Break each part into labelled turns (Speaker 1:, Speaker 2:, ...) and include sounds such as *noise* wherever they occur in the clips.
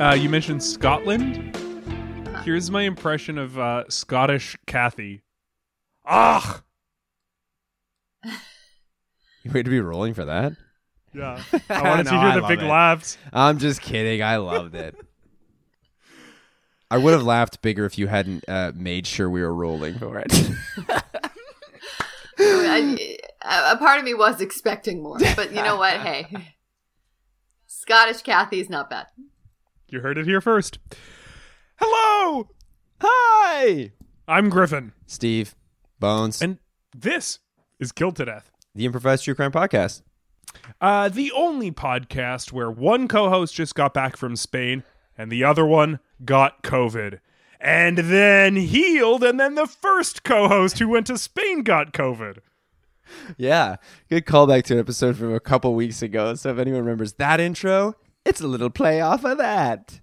Speaker 1: Uh, you mentioned Scotland.
Speaker 2: Uh.
Speaker 1: Here's my impression of uh, Scottish Kathy. Ah,
Speaker 2: You way to be rolling for that?
Speaker 1: yeah.
Speaker 2: *laughs*
Speaker 1: I wanted
Speaker 2: No,
Speaker 1: to
Speaker 2: I
Speaker 1: hear the
Speaker 2: love
Speaker 1: big
Speaker 2: it.
Speaker 1: laughs.
Speaker 2: I'm just kidding. I loved it. I would have laughed bigger if you hadn't uh, made sure we were rolling for it.
Speaker 3: I, a a part of me was expecting more, but you know what? Hey, Scottish Kathy is not bad.
Speaker 1: You heard it here first. Hello,
Speaker 2: *laughs* Hi!
Speaker 1: I'm Griffin,
Speaker 2: Steve, Bones,
Speaker 1: and this is Killed to Death,
Speaker 2: the Improvised True Crime Podcast.
Speaker 1: uh, the only podcast where one co-host just got back from Spain and the other one got COVID. And then healed, and then the first co-host who went to Spain got COVID.
Speaker 2: Yeah, good callback to an episode from a couple weeks ago. So if anyone remembers that intro, it's a little play off of that.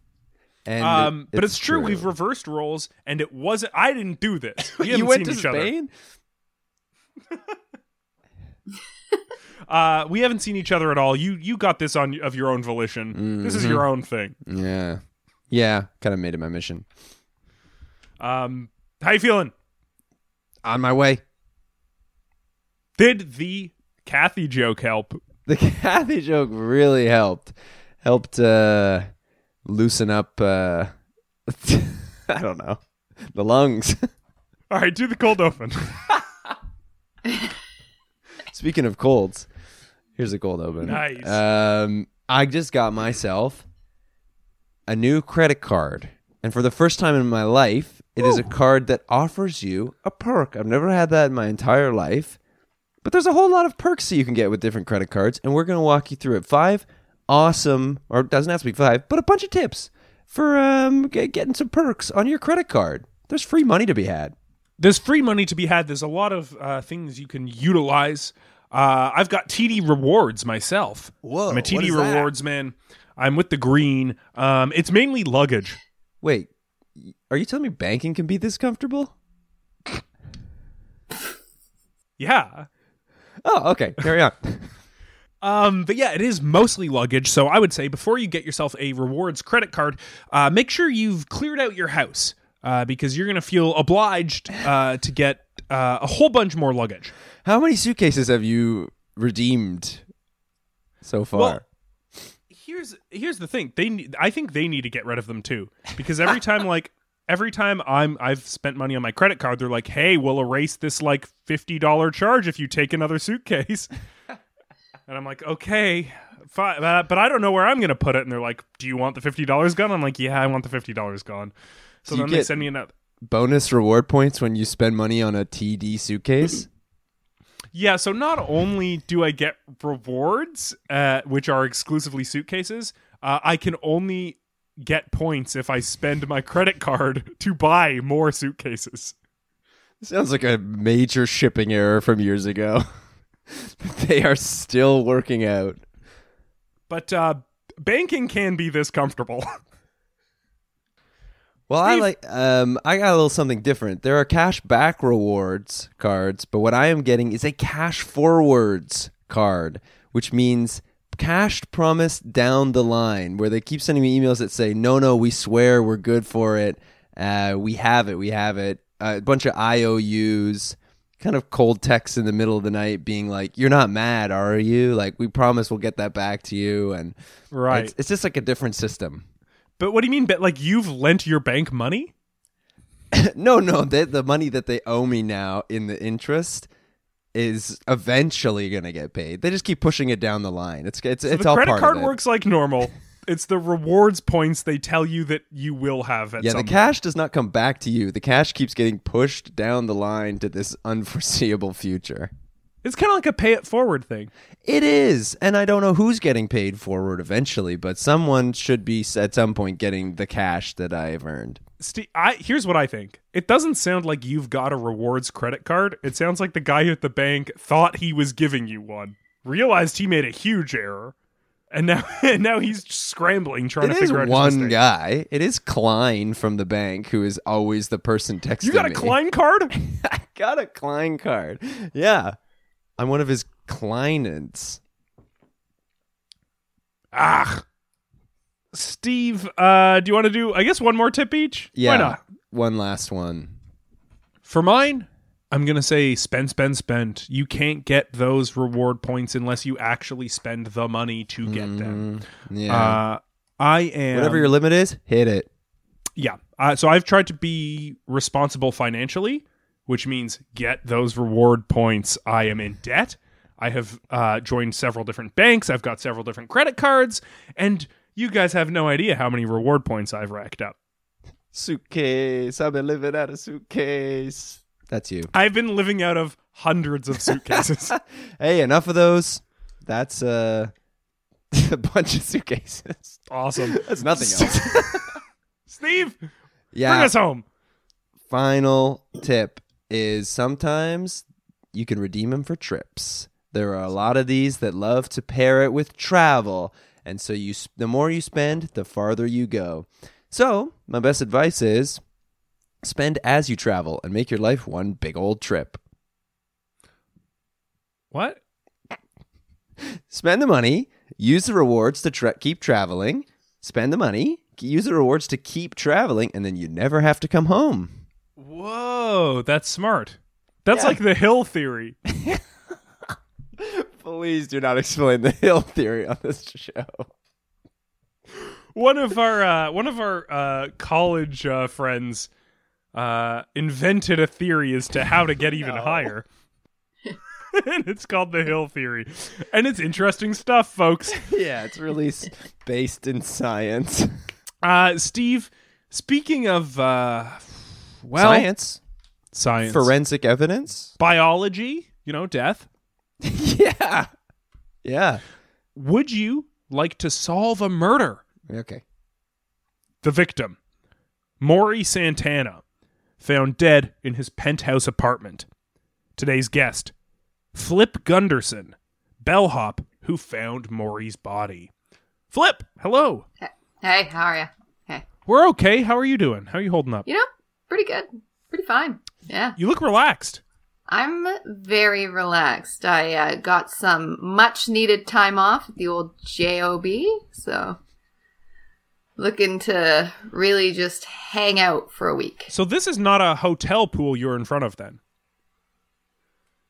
Speaker 2: And
Speaker 1: Um,
Speaker 2: it-
Speaker 1: but it's, true. We've reversed roles, and it wasn't. I didn't
Speaker 2: *laughs*
Speaker 1: do this. We
Speaker 2: you
Speaker 1: haven't
Speaker 2: went
Speaker 1: seen
Speaker 2: to
Speaker 1: each
Speaker 2: Spain.
Speaker 1: other. Uh, we haven't seen each other at all. You you got this on of your own volition. This
Speaker 2: Mm-hmm.
Speaker 1: is your own thing.
Speaker 2: Yeah, yeah, kind of made it my mission.
Speaker 1: Um, how you feeling?
Speaker 2: On my way. *laughs*
Speaker 1: Did the Kathy joke help? *laughs*
Speaker 2: The Kathy joke really helped. Helped uh, loosen up. Uh, *laughs* I don't know the lungs. *laughs*
Speaker 1: All right, do the cold open. *laughs*
Speaker 2: Speaking of colds, here's a cold open.
Speaker 1: Nice.
Speaker 2: Um, I just got myself a new credit card, and for the first time in my life, it is a card that offers you a perk. I've never had that in my entire life, but there's a whole lot of perks that you can get with different credit cards, and we're gonna walk you through it. Five awesome, or it doesn't have to be five, but a bunch of tips for um, get, getting some perks on your credit card. There's free money to be had.
Speaker 1: there's free money to be had. There's a lot of uh, things you can utilize. Uh, I've got TD Rewards myself.
Speaker 2: Whoa,
Speaker 1: I'm a TD
Speaker 2: what is that?
Speaker 1: Rewards man. I'm with the green. Um, it's mainly luggage.
Speaker 2: Wait, y- are you telling me banking can be this comfortable?
Speaker 1: Yeah.
Speaker 2: Oh, okay. Carry on.
Speaker 1: Um, but yeah, it is mostly luggage. So I would say before you get yourself a rewards credit card, uh, make sure you've cleared out your house uh, because you're going to feel obliged uh, to get uh, a whole bunch more luggage.
Speaker 2: *laughs* How many suitcases have you redeemed so far?
Speaker 1: Well, here's here's the thing. They ne- I think they need to get rid of them too
Speaker 2: *laughs*
Speaker 1: because every time like every time I'm I've spent money on my credit card, they're like, "Hey, we'll erase this like fifty dollar charge if you take another suitcase."
Speaker 2: *laughs*
Speaker 1: and I'm like, "Okay." Fine, uh, but I don't know where I'm going to put it. And they're like, "Do you want the fifty dollars gone?" I'm like, "Yeah, I want the fifty dollars gone." So
Speaker 2: Do you
Speaker 1: then they
Speaker 2: get-
Speaker 1: send me another.
Speaker 2: Bonus reward points when you spend money on a TD suitcase.
Speaker 1: Yeah, so not only do I get rewards, uh, which are exclusively suitcases, uh, I can only get points if I spend my credit card *laughs* to buy more suitcases.
Speaker 2: *clears throat* Sounds like a major shipping error from years ago. *laughs* But they are still working out.
Speaker 1: But uh, banking can be this comfortable. *laughs*
Speaker 2: Well, I
Speaker 1: Steve-
Speaker 2: like um I got a little something different. There are cash back rewards cards, but what I am getting is a cash forwards card, which means cash promise down the line where they keep sending me emails that say, "No, no, we swear we're good for it. Uh we have it. We have it." Uh, a bunch of IOUs kind of cold text in the middle of the night being like, You're not mad, are you? Like, we promise we'll get that back to you. And
Speaker 1: Right.
Speaker 2: it's, it's just like a different system.
Speaker 1: but what do you mean? But like you've lent your bank money?
Speaker 2: no, no, the, the money that they owe me now in the interest is eventually going to get paid. They just keep pushing it down the line. It's it's
Speaker 1: So
Speaker 2: it's
Speaker 1: the
Speaker 2: all
Speaker 1: credit
Speaker 2: part
Speaker 1: card
Speaker 2: of it.
Speaker 1: works
Speaker 2: *laughs*
Speaker 1: like normal. It's the rewards points they tell you that you will have at
Speaker 2: Yeah,
Speaker 1: some
Speaker 2: the cash does not come back to you. The cash keeps getting pushed down the line to this unforeseeable future.
Speaker 1: It's kind of like a pay it forward thing.
Speaker 2: It is, and I don't know who's getting paid forward eventually, but someone should be s- at some point getting the cash that I have earned.
Speaker 1: Steve, I here's what I think. It doesn't sound like you've got a rewards credit card. It sounds like the guy at the bank thought he was giving you one, realized he made a huge error, and now *laughs* and now he's scrambling trying
Speaker 2: It
Speaker 1: to
Speaker 2: is
Speaker 1: figure out his
Speaker 2: one
Speaker 1: mistake.
Speaker 2: guy. It is Klein from the bank who is always the person texting
Speaker 1: You got a
Speaker 2: me.
Speaker 1: Klein card?
Speaker 2: *laughs* I got a Klein card. Yeah. I'm one of his clients.
Speaker 1: ah. Steve, uh, do you want to do I guess one more tip each?
Speaker 2: Yeah.
Speaker 1: Why not?
Speaker 2: One last one.
Speaker 1: For mine, I'm going to say spend, spend, spend. You can't get those reward points unless you actually spend the money to get them.
Speaker 2: Mm, Yeah.
Speaker 1: Uh, I am.
Speaker 2: Whatever your limit is, hit it.
Speaker 1: Yeah. Uh, so I've tried to be responsible financially, which means get those reward points. I am in debt. I have uh, joined several different banks. I've got several different credit cards. And you guys have no idea how many reward points I've racked up.
Speaker 2: Suitcase. I've been living out of suitcase. That's you.
Speaker 1: I've been living out of hundreds of suitcases.
Speaker 2: Hey, enough of those. That's uh, *laughs* a bunch of suitcases.
Speaker 1: *laughs* awesome.
Speaker 2: That's nothing else.
Speaker 1: Steve, bring
Speaker 2: *laughs* yeah.
Speaker 1: us home.
Speaker 2: Final tip is sometimes you can redeem them for trips. There are a lot of these that love to pair it with travel, and so you s- the more you spend, the farther you go. So, my best advice is spend as you travel and make your life one big old trip.
Speaker 1: What?
Speaker 2: spend the money, use the rewards to tra- keep traveling, spend the money, use the rewards to keep traveling, and then you never have to come home.
Speaker 1: Whoa, that's smart. That's like the hill theory.
Speaker 2: Please do not *laughs* explain the hill theory on this show.
Speaker 1: one of our uh, one of our uh, college uh, friends uh, invented a theory as to how to get even higher. *laughs* and it's called the Hill theory. And it's interesting stuff, folks.
Speaker 2: Yeah, it's really s- based in science.
Speaker 1: Uh, Steve, speaking of uh, well,
Speaker 2: science,
Speaker 1: science,
Speaker 2: forensic
Speaker 1: *laughs*
Speaker 2: evidence.
Speaker 1: biology, you know, death.
Speaker 2: yeah, yeah.
Speaker 1: Would you like to solve a murder?
Speaker 2: Okay.
Speaker 1: The victim, Maury Santana, found dead in his penthouse apartment. Today's guest, Flip Gunderson, bellhop who found Maury's body. Flip, hello.
Speaker 3: Hey, how are you? Hey,
Speaker 1: We're okay. How are you doing? How are you holding up?
Speaker 3: you know, pretty good, pretty fine. Yeah,
Speaker 1: You look relaxed.
Speaker 3: I'm very relaxed. I uh, got some much needed time off at the old job, so looking to really just hang out for a week.
Speaker 1: So this is not a hotel pool you're in front of then.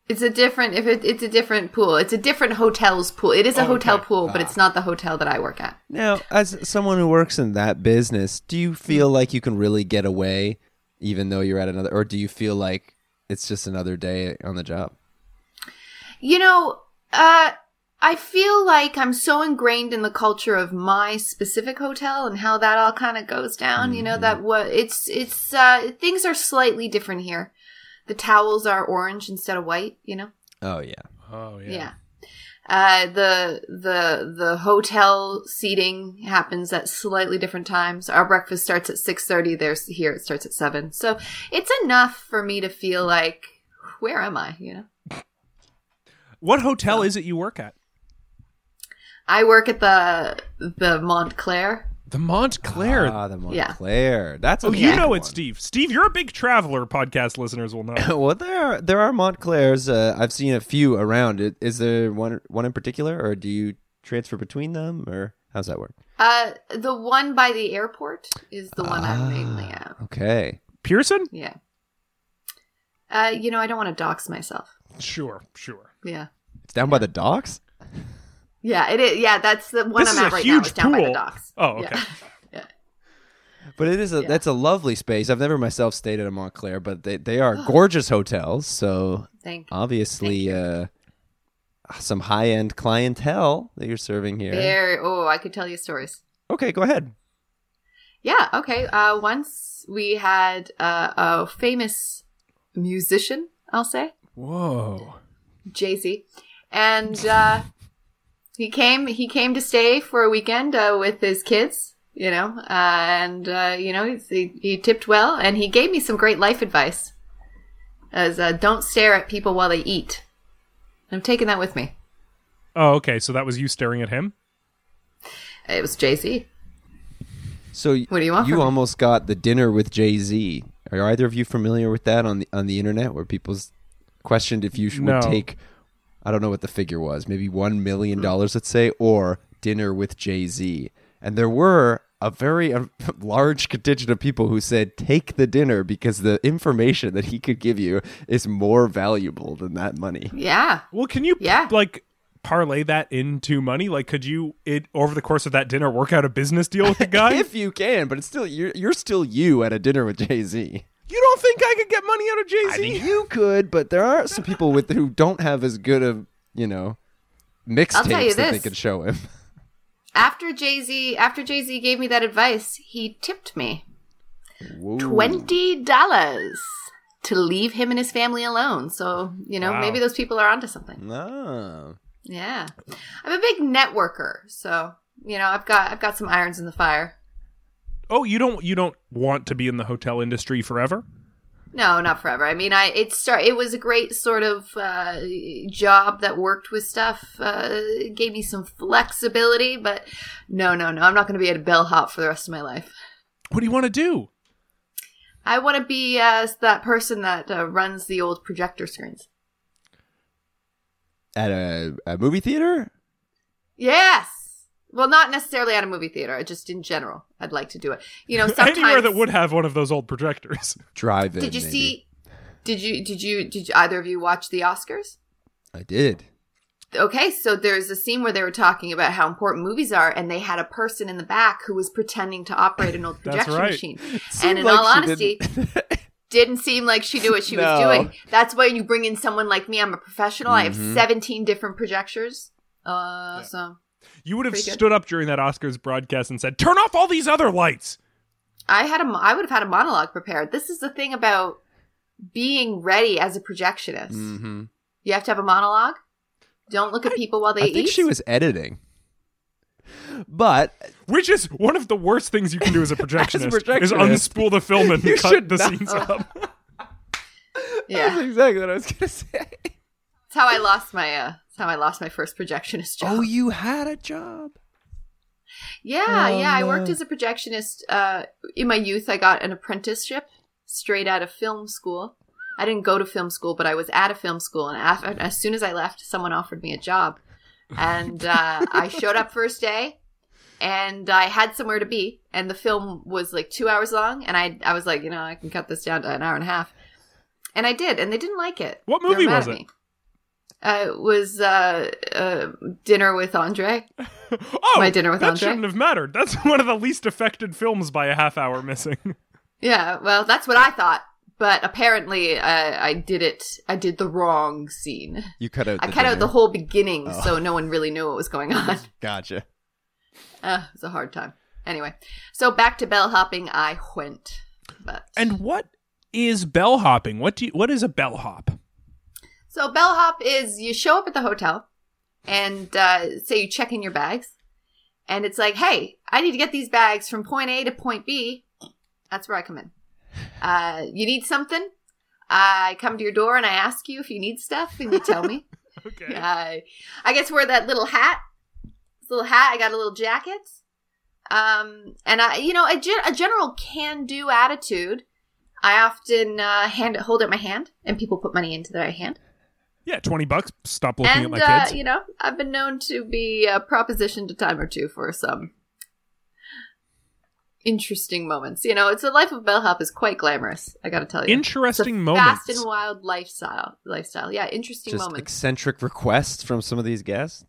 Speaker 3: It's a different if it, it's a different pool. It's a different hotel's pool. It is a hotel pool, but it's not the hotel that I work at.
Speaker 2: Now, as someone who works in that business, do you feel
Speaker 1: Mm.
Speaker 2: like you can really get away, even though you're at another, or do you feel like it's just another day on the job?
Speaker 3: You know, uh, I feel like I'm so ingrained in the culture of my specific hotel and how that all kind of goes down. You know that what it's it's uh, things are slightly different here. The towels are orange instead of white. You know,
Speaker 2: Oh yeah.
Speaker 1: Oh
Speaker 3: yeah. Uh, the the the hotel seating happens at slightly different times. Our breakfast starts at six thirty. There's here it starts at seven. So it's enough for me to feel like where am I? You know.
Speaker 1: What hotel is it you work at?
Speaker 3: I work at the the Montclair.
Speaker 1: The Montclair.
Speaker 2: Ah, the
Speaker 3: Yeah.
Speaker 2: Montclair. That's
Speaker 1: oh,
Speaker 2: a
Speaker 1: you
Speaker 2: big
Speaker 1: know
Speaker 2: one.
Speaker 1: it, Steve. Steve, you're a big traveler. Podcast listeners will
Speaker 2: *laughs*
Speaker 1: know.
Speaker 2: well, there are there are Montclairs. Uh, I've seen a few around. I- Is there one one in particular, or do you transfer between them, or how's that work?
Speaker 3: Uh, the one by the
Speaker 1: Ah.
Speaker 3: airport is the one I'm mainly at.
Speaker 2: Ah, Okay.
Speaker 1: Pearson?
Speaker 3: Yeah. Uh, you know, I don't want to dox myself.
Speaker 1: Sure, sure.
Speaker 3: Yeah.
Speaker 2: It's down by the docks.
Speaker 3: Yeah, it is. Yeah, that's the one
Speaker 1: this
Speaker 3: I'm
Speaker 1: is
Speaker 3: at
Speaker 1: a
Speaker 3: right now.
Speaker 1: huge
Speaker 3: It's down by the
Speaker 1: pool.
Speaker 3: docks.
Speaker 1: Oh, okay.
Speaker 3: Yeah. *laughs*
Speaker 2: But it is a that's a lovely space. I've never myself stayed at a Montclair, but they, they
Speaker 3: *gasps*
Speaker 2: are gorgeous hotels. So
Speaker 3: Thank
Speaker 1: Oh,
Speaker 2: obviously, uh, some high end clientele that you're serving here.
Speaker 3: Very. Oh, I could tell you stories.
Speaker 2: Okay, go ahead.
Speaker 3: Yeah. Okay. Uh, once we had uh, a famous musician, I'll say
Speaker 1: Whoa.
Speaker 3: Jay Z, and uh, he came. He came to stay for a weekend uh, with his kids. You know, uh, and uh, you know he's- he, he tipped well, and he gave me some great life advice. As uh, don't stare at people while they eat. I'm taking that with me.
Speaker 1: Oh, okay. So that was you staring at him.
Speaker 3: It was Jay Z.
Speaker 2: So y-
Speaker 3: What do you want from
Speaker 2: You
Speaker 3: me?
Speaker 2: almost got the dinner with Jay Z. Are either of you familiar with that on the on the internet, where people's questioned if you should,
Speaker 1: No.
Speaker 2: would take, I don't know what the figure was, maybe one million dollars, let's say, or dinner with Jay Z. And there were a *laughs* very uh, large contingent of people who said take the dinner because the information that he could give you is more valuable than that money.
Speaker 3: Yeah.
Speaker 1: Well, can you
Speaker 3: Yeah.
Speaker 1: like parlay that into money? Like, could you it over the course of that dinner work out a business deal *laughs* with the guy?
Speaker 2: If you can, but it's still you're, you're still you at a dinner with Jay Z.
Speaker 1: you don't think I could get money out of Jay Z?
Speaker 2: you could, but there are some people with who don't have as good of you know
Speaker 3: I'll tell you
Speaker 2: mixtapes that they
Speaker 3: this.
Speaker 2: could show him.
Speaker 3: after Jay Z, after Jay Z gave me that advice, he tipped me twenty dollars to leave him and his family alone. So you know,
Speaker 1: Wow.
Speaker 3: maybe those people are onto something.
Speaker 2: No,
Speaker 3: Yeah, I'm a big networker, so you know, I've got I've got some irons in the fire.
Speaker 1: Oh, you don't you don't want to be in the hotel industry forever?
Speaker 3: No, not forever. I mean, I it start. It was a great sort of uh, job that worked with stuff. Uh, gave me some flexibility, but no, no, no. I'm not going to be a bellhop for the rest of my life.
Speaker 1: What do you want to do?
Speaker 3: I want to be uh, that person that uh, runs the old projector screens.
Speaker 2: at a, a movie theater.
Speaker 3: Yes. Well, not necessarily at a movie theater. Just in general, I'd like to do it. You know, sometimes
Speaker 1: *laughs* Anywhere that would have one of those old projectors. *laughs*
Speaker 2: Drive in.
Speaker 3: Did you
Speaker 2: maybe.
Speaker 3: see? Did you did you did you, either of you watch the Oscars?
Speaker 2: I did.
Speaker 3: Okay, so there's a scene where they were talking about how important movies are, and they had a person in the back who was pretending to
Speaker 2: *laughs*
Speaker 3: operate an old
Speaker 1: That's
Speaker 3: projection
Speaker 1: right.
Speaker 3: machine.
Speaker 2: Seemed
Speaker 3: And in
Speaker 2: like
Speaker 3: all
Speaker 2: she
Speaker 3: honesty,
Speaker 2: didn't- *laughs*
Speaker 3: didn't seem like she knew what she was
Speaker 2: No.
Speaker 3: doing. That's why you bring in someone like me. I'm a professional. I have
Speaker 2: Mm-hmm.
Speaker 3: 17 different projectors. Uh, so
Speaker 1: You would have
Speaker 3: Pretty good.
Speaker 1: stood up during that Oscars broadcast and said, "Turn off all these other lights."
Speaker 3: I had a, mo- I would have had a monologue prepared. This is the thing about being ready as a projectionist.
Speaker 2: Mhm.
Speaker 3: You have to have a monologue. Don't look at people while they
Speaker 2: I think
Speaker 3: eat.
Speaker 2: she was editing. But
Speaker 1: Which is one of the worst things you can do *laughs* as a projectionist, is
Speaker 2: projectionist.
Speaker 1: unspool the film and
Speaker 2: You
Speaker 1: cut
Speaker 2: should
Speaker 1: the
Speaker 2: not.
Speaker 1: scenes up.
Speaker 2: *laughs*
Speaker 3: yeah,
Speaker 2: that's
Speaker 3: that's
Speaker 2: exactly what I was gonna say.
Speaker 3: how I lost my. Uh, that's how I lost my first projectionist job.
Speaker 2: Oh, you had a job.
Speaker 3: yeah,
Speaker 2: Oh,
Speaker 3: yeah. I
Speaker 2: no.
Speaker 3: worked as a projectionist uh, in my youth. I got an apprenticeship straight out of film school. I didn't go to film school, but I was at a film school, and after, as soon as I left, someone offered me a job, and uh,
Speaker 1: *laughs*
Speaker 3: I showed up first day. and I had somewhere to be, and the film was like two hours long, and I I was like, you know, I can cut this down to an hour and a half, and I did, and they didn't like it.
Speaker 1: What
Speaker 3: They were
Speaker 1: movie
Speaker 3: mad
Speaker 1: was
Speaker 3: at
Speaker 1: it?
Speaker 3: me. Uh, it was uh, uh, dinner with Andre.
Speaker 1: Oh,
Speaker 3: My dinner with
Speaker 1: that
Speaker 3: Andre.
Speaker 1: shouldn't have mattered. That's *laughs* one of the least affected films by a half hour missing. *laughs*
Speaker 3: Yeah, well, that's what I thought, but apparently uh, I, I did it. I did the wrong scene.
Speaker 2: You cut out.
Speaker 3: I cut out the
Speaker 2: dinner.
Speaker 3: whole beginning,
Speaker 2: Oh.
Speaker 3: so no one really knew what was going on.
Speaker 2: Gotcha.
Speaker 3: Uh, it was a hard time. Anyway, so back to bell hopping, I went. But
Speaker 1: And what is bell hopping? What do you, what is a bell hop?
Speaker 3: So bellhop is you show up at the hotel and uh, say you check in your bags, and it's like, hey, I need to get these bags from point A to point B. That's where I come in. Uh, you need something? I come to your door and I ask you if you need stuff, and you tell me.
Speaker 1: Okay.
Speaker 3: I, I get to wear that little hat. This little hat. I got a little jacket. Um, and I, you know, a, gen- a general can-do attitude. I often uh, hand hold out my hand, and people put money into their hand.
Speaker 1: Yeah, twenty bucks. Stop looking at
Speaker 3: and
Speaker 1: my
Speaker 3: uh,
Speaker 1: kids.
Speaker 3: you know, I've been known to be uh, propositioned a time or two for some interesting moments. You know, it's the life of bellhop is quite glamorous. I got to tell you,
Speaker 1: Interesting
Speaker 3: It's a
Speaker 1: moments.
Speaker 3: fast and wild lifestyle. Lifestyle, yeah, interesting
Speaker 2: Just
Speaker 3: moments.
Speaker 2: eccentric requests from some of these guests.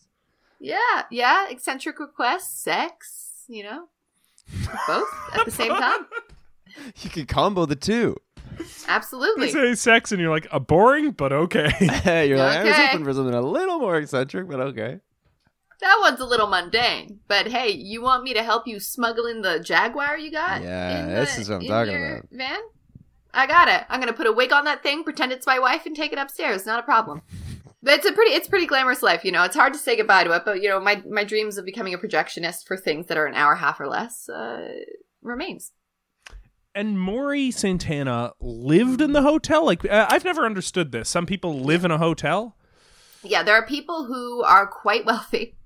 Speaker 3: yeah, yeah, eccentric requests, sex. You know, both at
Speaker 1: *laughs*
Speaker 3: the same time.
Speaker 2: You could combo the two. *laughs*
Speaker 3: Absolutely.
Speaker 1: They say sex, and you're like, a boring, but okay. *laughs*
Speaker 2: You're like, I was
Speaker 3: Okay.
Speaker 2: hoping for something a little more eccentric, but okay.
Speaker 3: That one's a little mundane, but hey, you want me to help you smuggle in the Jaguar you got?
Speaker 2: Yeah,
Speaker 3: in
Speaker 2: this is what I'm
Speaker 3: in
Speaker 2: talking
Speaker 3: your
Speaker 2: about.
Speaker 3: Van? I got it. I'm gonna put a wig on that thing, pretend it's my wife, and take it upstairs. Not a problem. But it's a pretty, it's pretty glamorous life, you know. It's hard to say goodbye to it, but you know, my my dreams of becoming a projectionist for things that are an hour and a half or less uh, remains.
Speaker 1: and Maury Santana lived in the hotel. Like uh, I've never understood this. Some people live in a hotel.
Speaker 3: Yeah, there are people who are quite *laughs* wealthy,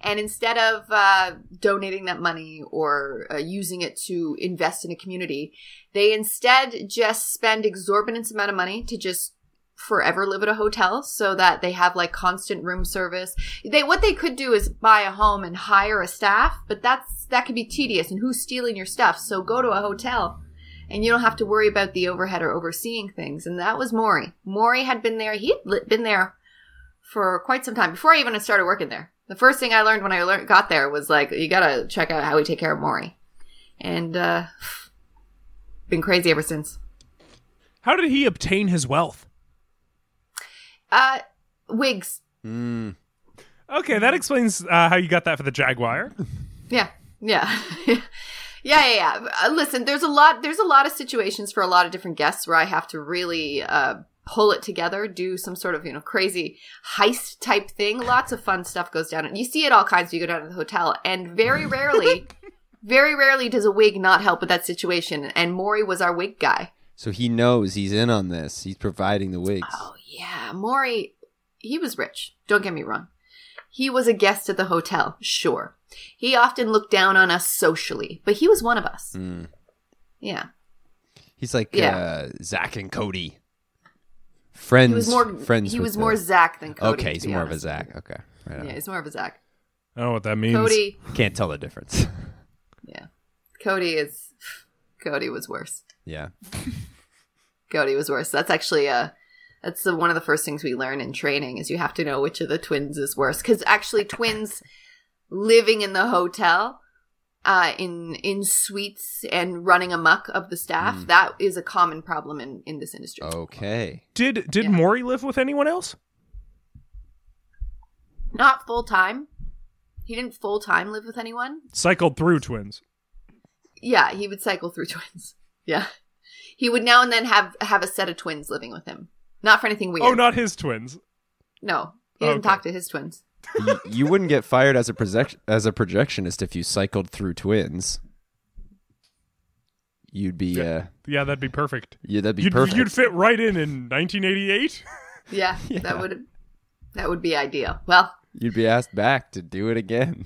Speaker 3: and instead of uh, donating that money or uh, using it to invest in a community, they instead just spend exorbitant amount of money to just forever live at a hotel so that they have like constant room service. They what they could do is buy a home and hire a staff, but that's that could be tedious and who's stealing your stuff? So go to a hotel and you don't have to worry about the overhead or overseeing things. And that was Maury. Maury had been there. He'd li- been there for quite some time before I even started working there. The first thing I learned when I lear got there was like, you gotta check out how we take care of Maury. And, uh, *sighs* been crazy ever since.
Speaker 1: How did he obtain his wealth?
Speaker 3: Uh, wigs.
Speaker 1: Okay, that explains uh, how you got that for the
Speaker 3: *laughs*
Speaker 1: Jaguar.
Speaker 3: Yeah. Yeah. *laughs* yeah. Yeah. Yeah. Uh, listen, there's a lot, there's a lot of situations for a lot of different guests where I have to really, uh, pull it together, do some sort of, you know, crazy heist type thing. Lots of fun stuff goes down. And you see it all kinds when you go down to the hotel. And very rarely, very rarely does a wig not help with that situation. And Maury was our wig guy.
Speaker 2: So he knows he's in on this. He's providing the wigs.
Speaker 3: Oh yeah, Maury, he was rich. Don't get me wrong. He was a guest at the hotel, sure. He often looked down on us socially, but he was one of us.
Speaker 2: Hmm.
Speaker 3: Yeah.
Speaker 2: He's like
Speaker 3: Yeah.
Speaker 2: uh, Zach and Cody. Friends.
Speaker 3: He was more
Speaker 2: friends.
Speaker 3: he
Speaker 2: with
Speaker 3: was
Speaker 2: the-
Speaker 3: more Zach than Cody.
Speaker 2: okay,
Speaker 3: to
Speaker 2: he's
Speaker 3: be
Speaker 2: more of a
Speaker 3: honest.
Speaker 2: Zach. Okay. Right on.
Speaker 3: Yeah, he's more of a Zach.
Speaker 1: I don't know Oh, what that means.
Speaker 3: Cody,
Speaker 2: Can't tell the difference. *laughs*
Speaker 3: yeah. Cody is *sighs* Cody was worse.
Speaker 2: yeah.
Speaker 3: Cody was worse. That's actually uh that's the, one of the first things we learn in training is you have to know which of the twins is worse because actually twins living in the hotel uh, in in suites and running amok of the staff
Speaker 1: Mm.
Speaker 3: that is a common problem in in this industry.
Speaker 1: Oh.
Speaker 3: *laughs*
Speaker 2: Okay.
Speaker 1: Did did
Speaker 3: Yeah.
Speaker 1: Maury live with anyone else?
Speaker 3: Not full time. He didn't full time live with anyone.
Speaker 1: Cycled through twins.
Speaker 3: Yeah, he would cycle through *laughs* twins. Yeah, he would now and then have have a set of twins living with him. Not for anything weird.
Speaker 1: Oh, not his twins.
Speaker 3: no. He didn't
Speaker 1: Okay.
Speaker 3: talk to his twins.
Speaker 2: you, you wouldn't get fired as a project- as a projectionist if you cycled through twins. You'd be uh,
Speaker 1: Yeah, that'd be perfect.
Speaker 2: yeah, that'd be
Speaker 1: you'd,
Speaker 2: perfect.
Speaker 1: You'd fit right in in 1988.
Speaker 3: Yeah, that would that would be ideal. Well,
Speaker 2: You'd be asked back to do it again.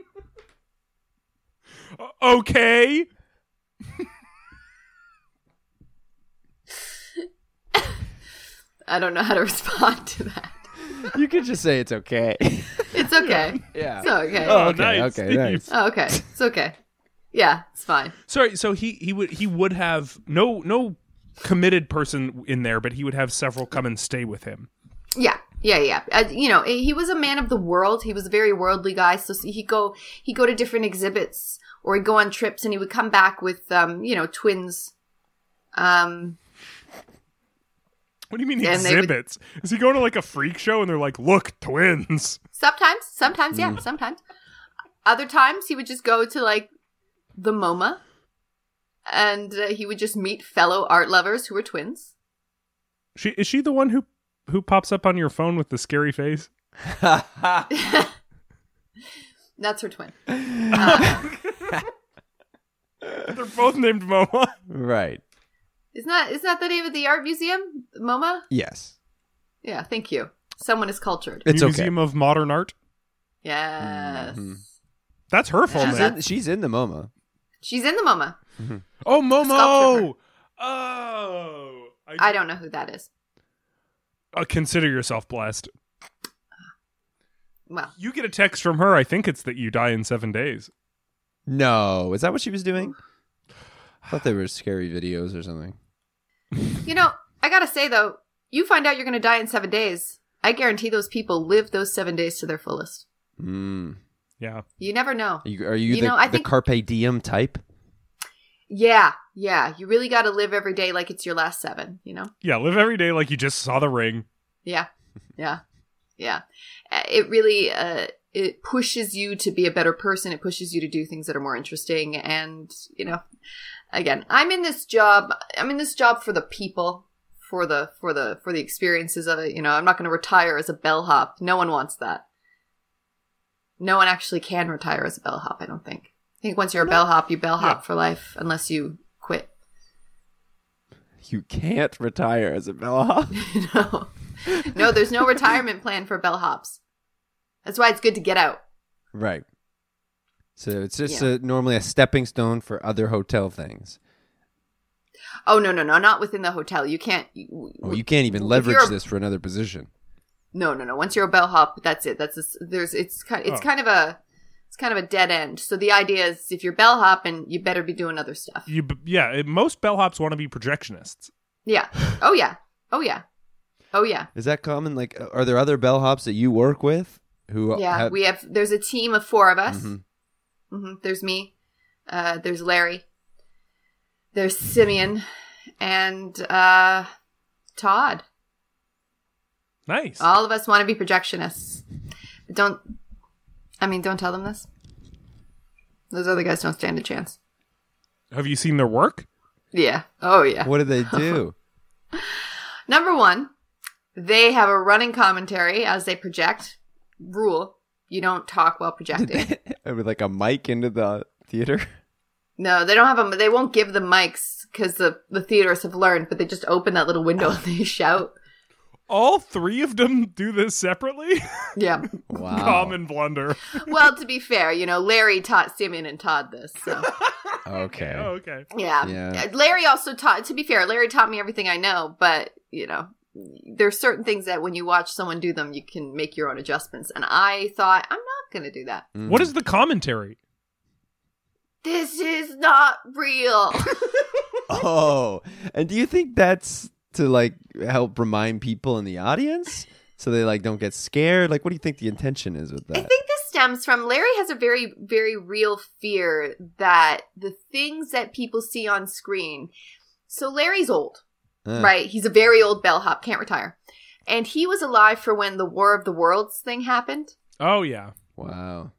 Speaker 2: *laughs*
Speaker 1: okay.
Speaker 3: I don't know how to *laughs* respond to that.
Speaker 2: You could just say it's
Speaker 3: *laughs*
Speaker 2: okay.
Speaker 3: It's okay.
Speaker 2: yeah.
Speaker 3: It's okay.
Speaker 1: Oh,
Speaker 2: okay,
Speaker 1: nice.
Speaker 2: okay, nice.
Speaker 3: Oh, okay. It's okay. Yeah, it's fine.
Speaker 1: *laughs* Sorry, so he he would he would have no no committed person in there, but he would have several come and stay with him.
Speaker 3: Yeah, yeah, yeah. Uh, you know, he was a man of the world. He was a very worldly guy. So he go he go to different exhibits or he'd go on trips, and he would come back with um, you know, twins. Um,
Speaker 1: What do you mean
Speaker 3: And they would-
Speaker 1: exhibits? Is he going to like a freak show and they're like, look, twins?
Speaker 3: sometimes, sometimes, yeah, sometimes. Other times, he would just go to like the MoMA, and uh, he would just meet fellow art lovers who were twins.
Speaker 1: She is she the one who who pops up on your phone with the scary
Speaker 2: *laughs*
Speaker 1: face?
Speaker 3: That's her twin.
Speaker 1: They're both named Momo.
Speaker 2: *laughs* Right.
Speaker 3: Isn't that isn't that the name of the art museum? MoMA?
Speaker 2: Yes.
Speaker 3: Yeah, thank you. Someone is cultured.
Speaker 2: It's okay.
Speaker 1: Museum of Modern Art.
Speaker 3: Yes.
Speaker 1: That's her full
Speaker 2: She's
Speaker 1: name.
Speaker 2: in, she's in the MoMA.
Speaker 3: She's in the MoMA.
Speaker 1: Oh, Momo.
Speaker 3: Sculpture
Speaker 1: Oh,
Speaker 3: I don't know who that is.
Speaker 1: Uh, consider yourself blessed.
Speaker 3: Well,
Speaker 1: You get a text from her. I think it's that you die in seven days.
Speaker 2: No, is that what she was doing? I thought they were scary videos or something.
Speaker 3: You know, I gotta say though, you find out you're gonna die in seven days. I guarantee those people live those seven days to their fullest.
Speaker 2: Mm.
Speaker 1: Yeah.
Speaker 3: You never know.
Speaker 2: Are you, are you,
Speaker 3: You
Speaker 2: the,
Speaker 3: know, I
Speaker 2: the
Speaker 3: think-
Speaker 2: carpe diem type?
Speaker 3: Yeah, yeah. You really gotta live every day like it's your last seven, you know?
Speaker 1: Yeah. Live every day like you just saw the ring.
Speaker 3: Yeah, yeah, yeah. Uh, It really uh, it pushes you to be a better person. It pushes you to do things that are more interesting. And you know, again, I'm in this job. I'm in this job for the people, for the for the for the experiences of it. You know, I'm not going to retire as a bellhop. No one wants that. No one actually can retire as a bellhop. I don't think. I think once you're a bellhop, you bellhop
Speaker 1: Yeah.
Speaker 3: for life, unless you quit.
Speaker 2: You can't retire as a *laughs* bellhop.
Speaker 3: *laughs* no, no, there's no retirement plan for bellhops. That's why it's good to get out.
Speaker 2: right. So it's just a, normally a stepping stone for other hotel things.
Speaker 3: Oh no, no, no, not within the hotel. You can't. You,
Speaker 2: Well, Oh, you can't even
Speaker 3: if
Speaker 2: leverage
Speaker 3: you're a-
Speaker 2: this for another position.
Speaker 3: No, no, no. Once you're a bellhop, that's it. That's a, there's. It's kind. It's
Speaker 1: Oh.
Speaker 3: kind of a. It's kind of a dead end. So the idea is, if you're bellhop, and you better be doing other stuff.
Speaker 1: You. b- Yeah. it- Most bellhops want to be projectionists.
Speaker 3: Yeah. Oh yeah. Oh yeah. Oh yeah.
Speaker 2: Is that common? Like, uh, are there other bellhops that you work with who?
Speaker 3: Yeah.
Speaker 2: have-
Speaker 3: we have. There's a team of four of us.
Speaker 2: Mhm.
Speaker 3: hmm There's me. Uh, there's Larry. There's Simeon, and uh, Todd.
Speaker 1: Nice.
Speaker 3: All of us want to be projectionists. But don't. I mean, don't tell them this. Those other guys don't stand a chance.
Speaker 1: Have you seen their work?
Speaker 3: Yeah. Oh, yeah.
Speaker 2: What do they do?
Speaker 3: Number one, they have a running commentary as they project. Rule: You don't talk while projecting.
Speaker 2: *laughs* with like a mic into the theater.
Speaker 3: no, they don't have a. They won't give the mics because the the theaters have learned, but they just open that little window and *laughs* they shout.
Speaker 1: All three of them do this separately. *laughs*
Speaker 3: Yeah. *laughs* Oh.
Speaker 2: Wow.
Speaker 1: Common blunder.
Speaker 3: Well, to be fair, you know, Larry taught Simeon and Todd this. So.
Speaker 2: Okay.
Speaker 1: Oh, okay.
Speaker 3: Yeah. Uh,
Speaker 2: Yeah.
Speaker 3: Larry also taught, to be fair, Larry taught me everything I know, but, you know, there's certain things that when you watch someone do them, you can make your own adjustments. And I thought, I'm not going to do that.
Speaker 2: Mm.
Speaker 1: What is the commentary?
Speaker 3: This is not real.
Speaker 2: Oh, and do you think that's to like help remind people in the audience so they like don't get scared? Like, what do you think the intention is with
Speaker 3: I
Speaker 2: that?
Speaker 3: think this stems from Larry has a very, very real fear that the things that people see on screen. So Larry's old.
Speaker 2: Uh,
Speaker 3: Right. He's a very old bellhop, can't retire. And he was alive for when the War of the Worlds thing happened.
Speaker 1: Oh yeah.
Speaker 2: Wow.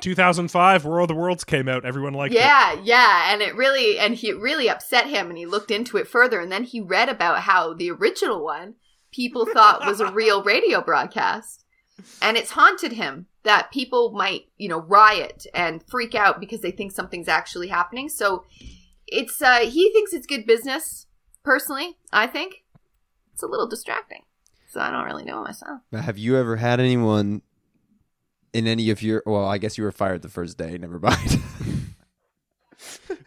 Speaker 1: 2005, War of the Worlds came out. Everyone liked it.
Speaker 3: yeah, yeah, and it really and he it really upset him and he looked into it further and then he read about how the original one people thought was
Speaker 1: *laughs*
Speaker 3: a real radio broadcast and it's haunted him that people might, you know, riot and freak out because they think something's actually happening. So it's uh he thinks it's good business personally, I think. It's a little distracting. So I don't really know myself.
Speaker 2: Now, have you ever had anyone in any of your? Well, I guess you were fired the first day. Never mind. *laughs*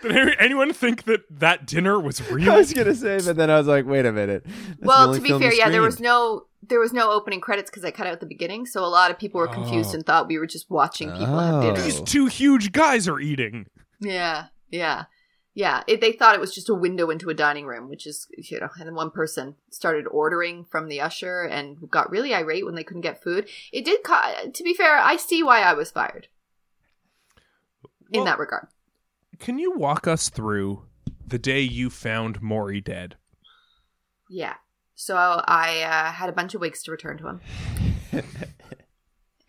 Speaker 1: Did any- anyone think that that dinner was real?
Speaker 2: I was gonna say, but then I was like, wait a minute. That's the
Speaker 3: well,
Speaker 2: only
Speaker 3: to be
Speaker 2: film you
Speaker 3: fair, yeah, there was
Speaker 2: screened.
Speaker 3: no there was no opening credits because I cut out the beginning, so a lot of people were confused
Speaker 1: Oh.
Speaker 3: and thought we were just watching people
Speaker 2: Oh.
Speaker 3: have dinner.
Speaker 1: These two huge guys are eating.
Speaker 3: Yeah, yeah, yeah. It, they thought it was just a window into a dining room, which is you know. And then one person started ordering from the usher and got really irate when they couldn't get food. It did. Ca- to be fair, I see why I was fired
Speaker 1: Well,
Speaker 3: in that regard.
Speaker 1: Can you walk us through the day you found Maury dead?
Speaker 3: Yeah. So I uh, had a bunch of wigs to return to him.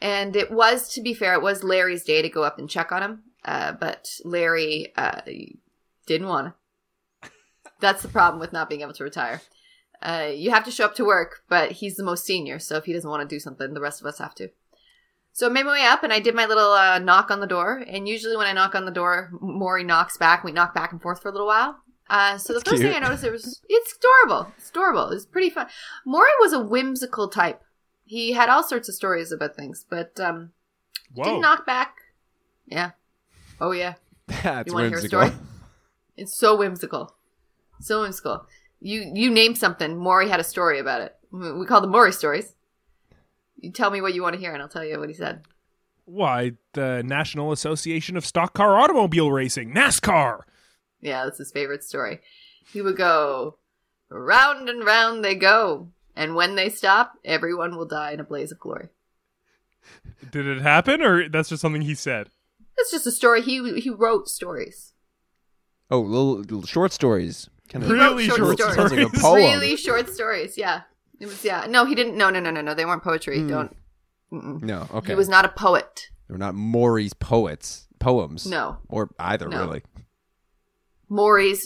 Speaker 3: and it was, to be fair, it was Larry's day to go up and check on him. Uh, but Larry uh, didn't want to. That's the problem with not being able to retire. Uh, you have to show up to work, but he's the most senior. So if he doesn't want to do something, the rest of us have to. So I made my way up and I did my little uh, knock on the door. And usually when I knock on the door, Maury knocks back. We knock back and forth for a little while. Uh, so the
Speaker 2: That's
Speaker 3: first
Speaker 2: cute.
Speaker 3: thing I noticed it was it's adorable. It's adorable. It's pretty fun. Maury was a whimsical type. He had all sorts of stories about things, but um,
Speaker 1: Whoa.
Speaker 3: didn't knock back. Yeah. Oh yeah.
Speaker 2: *laughs* That's
Speaker 3: You wanna hear a
Speaker 2: whimsical.
Speaker 3: story? It's so whimsical. So whimsical. You you name something, Maury had a story about it. We we call them Maury stories. You tell me what you want to hear, and I'll tell you what he said.
Speaker 1: Why, the National Association of Stock Car Automobile Racing, NASCAR.
Speaker 3: Yeah, that's his favorite story. He would go round and round they go, and when they stop, everyone will die in a blaze of glory.
Speaker 1: Did it happen, or that's just something he said?
Speaker 3: That's just a story. He he wrote stories,
Speaker 2: Oh, little, little short stories. Kind of
Speaker 1: Really
Speaker 3: short
Speaker 1: short,
Speaker 3: stories.
Speaker 1: stories.
Speaker 2: Sounds like a poem.
Speaker 3: really short stories. Yeah, it was. Yeah, no, he didn't. No, no, no, no, no. They weren't poetry. Don't. Mm-mm.
Speaker 2: no. Hmm, Okay,
Speaker 3: He was not a poet.
Speaker 2: they're not Maury's poets poems.
Speaker 3: No.
Speaker 2: or either
Speaker 3: No.
Speaker 2: really.
Speaker 3: Maury's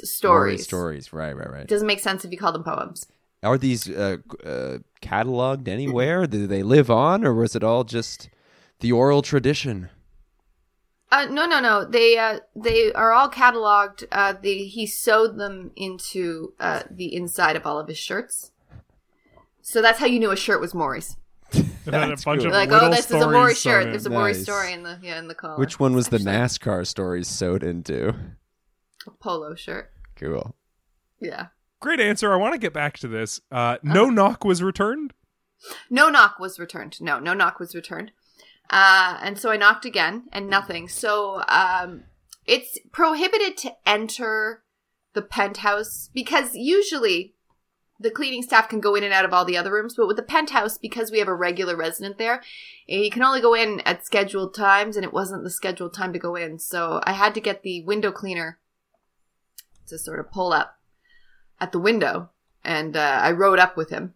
Speaker 2: Maury's
Speaker 3: stories.
Speaker 2: stories. Right, right, right.
Speaker 3: Doesn't make sense if you call them poems.
Speaker 2: Are these uh, uh, cataloged anywhere? Do they live on, or was it all just the oral tradition?
Speaker 3: Uh, no, no, no. They uh, they are all cataloged. Uh, the he sewed them into uh, the inside of all of his shirts. So that's how you knew a shirt was Maury's.
Speaker 1: And then a bunch
Speaker 2: cool.
Speaker 1: of
Speaker 3: Like,
Speaker 1: little
Speaker 3: oh, this is
Speaker 1: stories
Speaker 3: a Maury
Speaker 1: sewn
Speaker 3: shirt.
Speaker 1: in.
Speaker 3: There's a Maury
Speaker 2: Nice.
Speaker 3: story in the yeah in the collar.
Speaker 2: Which one was the
Speaker 3: Actually,
Speaker 2: NASCAR stories sewed into?
Speaker 3: a polo shirt?
Speaker 2: Cool.
Speaker 3: Yeah.
Speaker 1: Great answer. I want to get back to this. Uh, no knock was returned.
Speaker 3: No knock was returned. No, no knock was returned. Uh, and so I knocked again, and nothing. So um, it's prohibited to enter the penthouse because usually the cleaning staff can go in and out of all the other rooms, but with the penthouse, because we have a regular resident there, eh, you can only go in at scheduled times, and it wasn't the scheduled time to go in. So I had to get the window cleaner to sort of pull up at the window, and uh, I rode up with him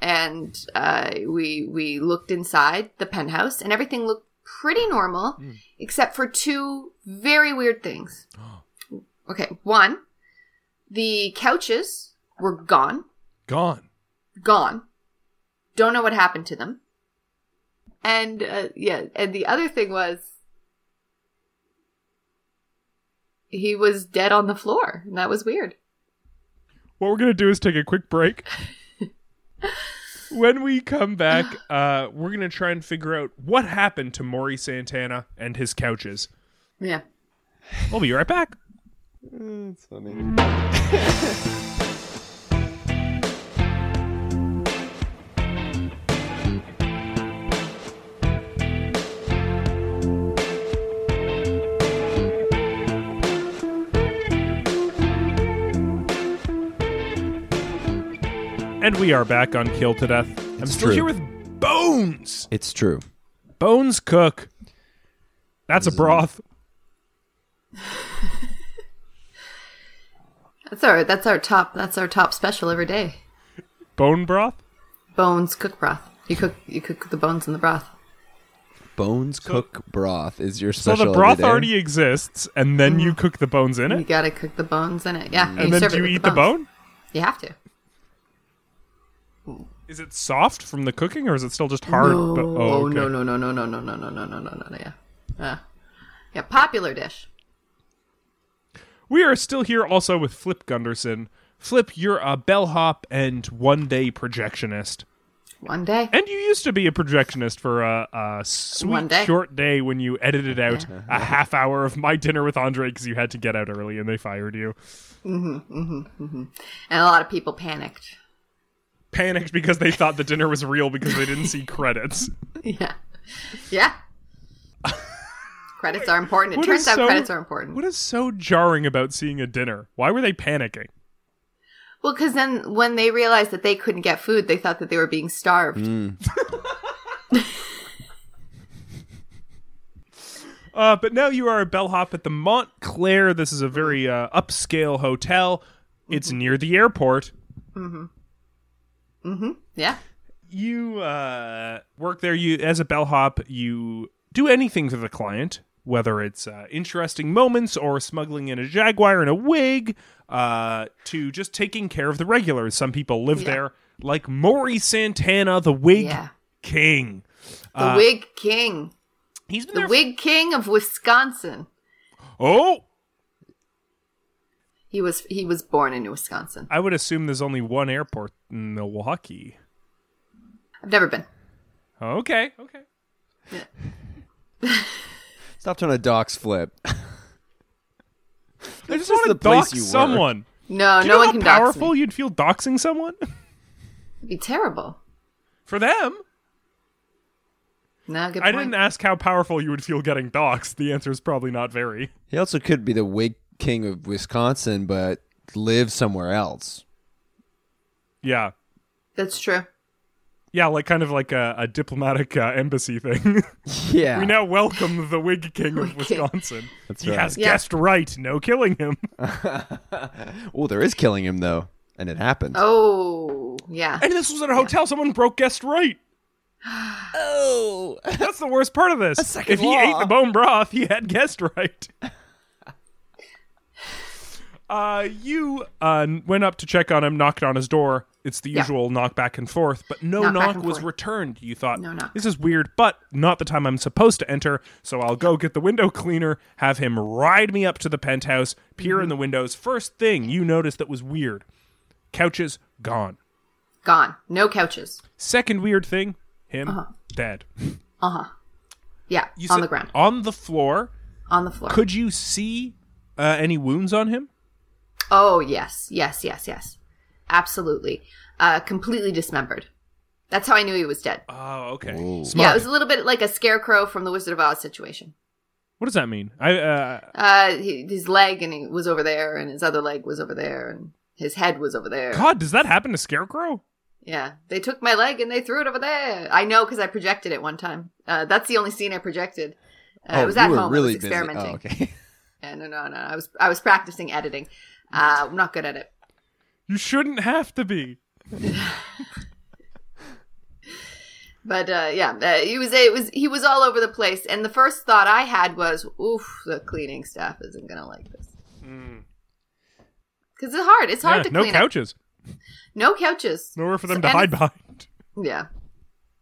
Speaker 3: and uh, we we looked inside the penthouse, and everything looked pretty normal, except for two very weird things. Okay, one, the couches were gone,
Speaker 1: Gone.
Speaker 3: gone. Don't know what happened to them. And uh, yeah, and the other thing was. He was dead on the floor, and that was weird.
Speaker 1: What we're gonna do is take a quick break. when we come back, uh, we're gonna try and figure out what happened to Maury Santana and his couches.
Speaker 3: Yeah.
Speaker 1: We'll be right back.
Speaker 2: Mm,
Speaker 1: And we are back on Kill to Death. I'm
Speaker 2: It's
Speaker 1: still
Speaker 2: true.
Speaker 1: here with Bones.
Speaker 2: It's true.
Speaker 1: Bones Cook. That's a broth.
Speaker 3: That's our that's our top that's our top special every day.
Speaker 1: Bone broth?
Speaker 3: bones cook broth. You cook you cook the bones in the broth.
Speaker 2: Bones cook broth is your
Speaker 1: So
Speaker 2: special.
Speaker 1: the broth
Speaker 2: every day?
Speaker 1: already exists, and then you cook the bones in
Speaker 3: You
Speaker 1: it,
Speaker 3: gotta cook the bones in it. Yeah.
Speaker 1: and then
Speaker 3: Mm. serve
Speaker 1: do
Speaker 3: it
Speaker 1: you
Speaker 3: with
Speaker 1: eat the
Speaker 3: bones.
Speaker 1: bone?
Speaker 3: You have to.
Speaker 1: Is it soft from the cooking, or is it still just hard?
Speaker 3: Oh,
Speaker 1: But-
Speaker 3: oh
Speaker 1: okay.
Speaker 3: no no no no no no no no no no no no no yeah. Uh, yeah, popular dish.
Speaker 1: We are still here also with Flip Gunderson. Flip, you're a bellhop and one day projectionist.
Speaker 3: One day.
Speaker 1: And you used to be a projectionist for a, a
Speaker 3: One
Speaker 1: sweet
Speaker 3: day.
Speaker 1: short day when you edited out a half hour of my dinner with Andre because you had to get out early and they fired you.
Speaker 3: And a lot of people panicked. *laughs*
Speaker 1: Panicked because they thought the dinner was real because they didn't see credits.
Speaker 3: Yeah.
Speaker 1: *laughs*
Speaker 3: Yeah. credits are important. It
Speaker 1: What
Speaker 3: turns
Speaker 1: is
Speaker 3: out
Speaker 1: so-
Speaker 3: credits are important.
Speaker 1: What is so jarring about seeing a dinner? Why were they panicking?
Speaker 3: Well, because then when they realized that they couldn't get food, they thought that they were being starved.
Speaker 1: Uh, but now you are a bellhop at the Montclair. This is a very uh, upscale hotel. It's near the airport.
Speaker 3: Yeah.
Speaker 1: You uh, work there. You as a bellhop, you do anything for the client, whether it's uh, interesting moments or smuggling in a jaguar in a wig, uh, to just taking care of the regulars. Some people live there, like Maury Santana, the wig
Speaker 3: Yeah.
Speaker 1: king.
Speaker 3: The
Speaker 1: Uh,
Speaker 3: Whig King.
Speaker 1: He's been
Speaker 3: The
Speaker 1: there.
Speaker 3: Whig King of Wisconsin.
Speaker 1: oh,
Speaker 3: He was he was born in Wisconsin.
Speaker 1: I would assume there's only one airport in Milwaukee. Oh,
Speaker 3: I've never been.
Speaker 1: Okay, okay.
Speaker 2: Stop trying to dox flip.
Speaker 1: I just
Speaker 2: is
Speaker 1: want to
Speaker 2: the place
Speaker 1: dox
Speaker 2: you work.
Speaker 1: someone.
Speaker 3: No,
Speaker 1: Do you
Speaker 3: no
Speaker 1: know
Speaker 3: one
Speaker 1: how
Speaker 3: can
Speaker 1: powerful
Speaker 3: dox me.
Speaker 1: you'd feel doxing *laughs* someone?
Speaker 3: It'd be terrible.
Speaker 1: For them,
Speaker 3: No, good
Speaker 1: I
Speaker 3: point.
Speaker 1: didn't ask how powerful you would feel getting doxxed. The answer is probably not very.
Speaker 4: He also could be the Whig king of Wisconsin, but live somewhere else.
Speaker 1: Yeah.
Speaker 3: That's true.
Speaker 1: Yeah, like kind of like a, a diplomatic uh, embassy thing. *laughs*
Speaker 4: Yeah.
Speaker 1: we now welcome the Whig King of
Speaker 3: Whig King.
Speaker 1: Wisconsin.
Speaker 4: That's
Speaker 1: he
Speaker 4: right.
Speaker 1: has
Speaker 3: Yeah.
Speaker 1: guessed right. No killing him.
Speaker 4: oh, there is killing him though, and it happened.
Speaker 3: Oh, yeah.
Speaker 1: And this was at a hotel. Someone broke guest right.
Speaker 4: Oh.
Speaker 1: That's the worst part of this.
Speaker 4: second
Speaker 1: if he
Speaker 4: law.
Speaker 1: ate the bone broth, he had guessed
Speaker 3: *laughs*
Speaker 1: right. uh, you uh, went up to check on him, knocked on his door. It's the
Speaker 3: Yeah.
Speaker 1: usual knock back and forth, but no
Speaker 3: Knock back
Speaker 1: knock
Speaker 3: and
Speaker 1: was
Speaker 3: forth.
Speaker 1: returned. You thought,
Speaker 3: No knock.
Speaker 1: this is weird, but not the time I'm supposed to enter, so I'll go get the window cleaner, have him ride me up to the penthouse, peer
Speaker 3: Mm-hmm.
Speaker 1: in the windows. First thing you noticed that was weird couches gone.
Speaker 3: Gone. No couches.
Speaker 1: Second weird thing, him dead.
Speaker 3: Yeah,
Speaker 1: You
Speaker 3: Uh-huh. on
Speaker 1: said-
Speaker 3: the ground,
Speaker 1: On the floor.
Speaker 3: on the floor.
Speaker 1: Could you see uh, any wounds on him?
Speaker 3: oh, yes, yes, yes, yes. Absolutely. Uh, completely dismembered. That's how I knew he was dead.
Speaker 1: Oh, okay.
Speaker 3: Yeah,
Speaker 1: Smart.
Speaker 3: it was a little bit like a scarecrow from the Wizard of Oz situation.
Speaker 1: what does that mean? I uh,
Speaker 3: Uh, he, his leg and he was over there, and his other leg was over there, and his head was over there.
Speaker 1: God, does that happen to Scarecrow?
Speaker 3: Yeah, they took my leg and they threw it over there. I know because I projected it one time. Uh, that's the only scene I projected. Uh, it was at
Speaker 4: Oh, you were
Speaker 3: home.
Speaker 4: Really
Speaker 3: I was experimenting.
Speaker 4: Busy.
Speaker 2: *laughs*
Speaker 4: Oh, okay.
Speaker 3: Yeah, no, no, no. I was I was practicing editing. Uh, I'm not good at it.
Speaker 1: You shouldn't have to be.
Speaker 3: But uh, yeah, uh, he was it was he was all over the place, and the first thought I had was, "Oof, the cleaning staff isn't gonna like this." Because it's hard. It's hard
Speaker 1: Hmm. Yeah,
Speaker 3: to
Speaker 1: no
Speaker 3: clean. up.
Speaker 1: couches.
Speaker 3: No couches.
Speaker 1: Nowhere for them
Speaker 3: So-
Speaker 1: to
Speaker 3: and
Speaker 1: hide
Speaker 3: it's-
Speaker 1: behind.
Speaker 3: Yeah.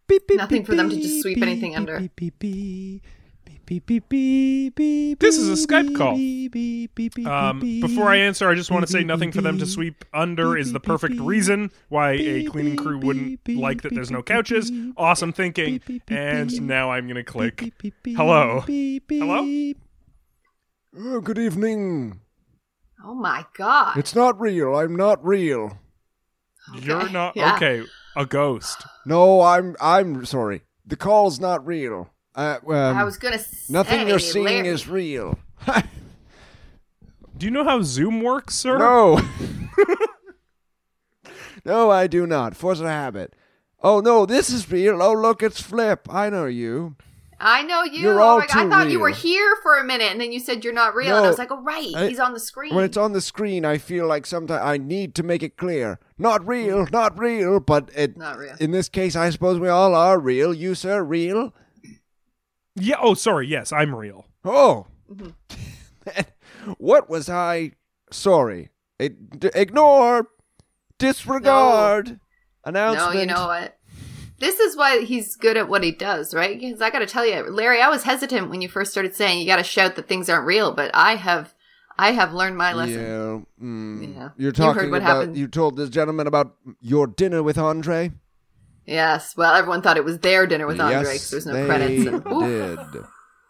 Speaker 4: Beep, beep,
Speaker 3: Nothing
Speaker 4: beep,
Speaker 3: for them to just
Speaker 4: beep,
Speaker 3: sweep anything
Speaker 4: beep,
Speaker 3: under.
Speaker 4: beep, beep, beep, beep, beep, beep, beep, beep,
Speaker 1: This is a Skype
Speaker 4: beep,
Speaker 1: call.
Speaker 4: beep, beep, beep, beep,
Speaker 1: *laughs* Um,
Speaker 4: beep,
Speaker 1: before I answer, I just want to
Speaker 4: beep,
Speaker 1: say
Speaker 4: beep,
Speaker 1: nothing for them to
Speaker 4: beep,
Speaker 1: sweep under is the perfect reason why a cleaning crew wouldn't like that there's no couches. Awesome thinking. And now I'm going to click.
Speaker 4: beep, beep, beep,
Speaker 1: Hello.
Speaker 4: beep, beep.
Speaker 1: Hello?
Speaker 2: Oh, good evening.
Speaker 3: Oh my god.
Speaker 2: It's not real. I'm not real.
Speaker 1: You're not.
Speaker 3: Yeah.
Speaker 1: Okay, a ghost.
Speaker 2: No, I'm. I'm sorry. The call's not real. Uh, um,
Speaker 3: I was gonna. Say,
Speaker 2: nothing you're seeing
Speaker 3: Larry.
Speaker 2: is real.
Speaker 1: Do you know how Zoom works, sir?
Speaker 2: No. *laughs* no, I do not. Force a habit. Oh no, this is real. Oh look, it's Flip. I know you.
Speaker 3: I know you.
Speaker 2: You're
Speaker 3: oh
Speaker 2: all
Speaker 3: my God. I
Speaker 2: too
Speaker 3: thought you
Speaker 2: real.
Speaker 3: were here for a minute, and then you said you're not real, and I
Speaker 2: No,
Speaker 3: was like, "Oh right,
Speaker 2: I-
Speaker 3: he's on the screen."
Speaker 2: When it's on the screen, I feel like sometimes I need to make it clear. Not real. Not real. But it.
Speaker 3: Not real.
Speaker 2: In this case, I suppose we all are real. You sir, real.
Speaker 1: Yeah. Oh, sorry. Yes, I'm real.
Speaker 2: Oh.
Speaker 3: Mm-hmm.
Speaker 2: *laughs* what was I? Sorry. Ig- d- ignore. Disregard.
Speaker 3: no,
Speaker 2: Announcement.
Speaker 3: you know what? This is why he's good at what he does, right? Because I got to tell you, Larry, I was hesitant when you first started saying you got to shout that things aren't real, but I have, I have learned my lesson.
Speaker 2: Yeah. mm.
Speaker 3: Yeah. You
Speaker 2: You're
Speaker 3: heard
Speaker 2: talking
Speaker 3: what
Speaker 2: about.
Speaker 3: happened.
Speaker 2: You told this gentleman about your dinner with Andre.
Speaker 3: Yes. Well, everyone thought it was their dinner with Andre
Speaker 2: yes,
Speaker 3: because there's no
Speaker 2: they
Speaker 3: credits. And, *laughs* Ooh.
Speaker 2: did.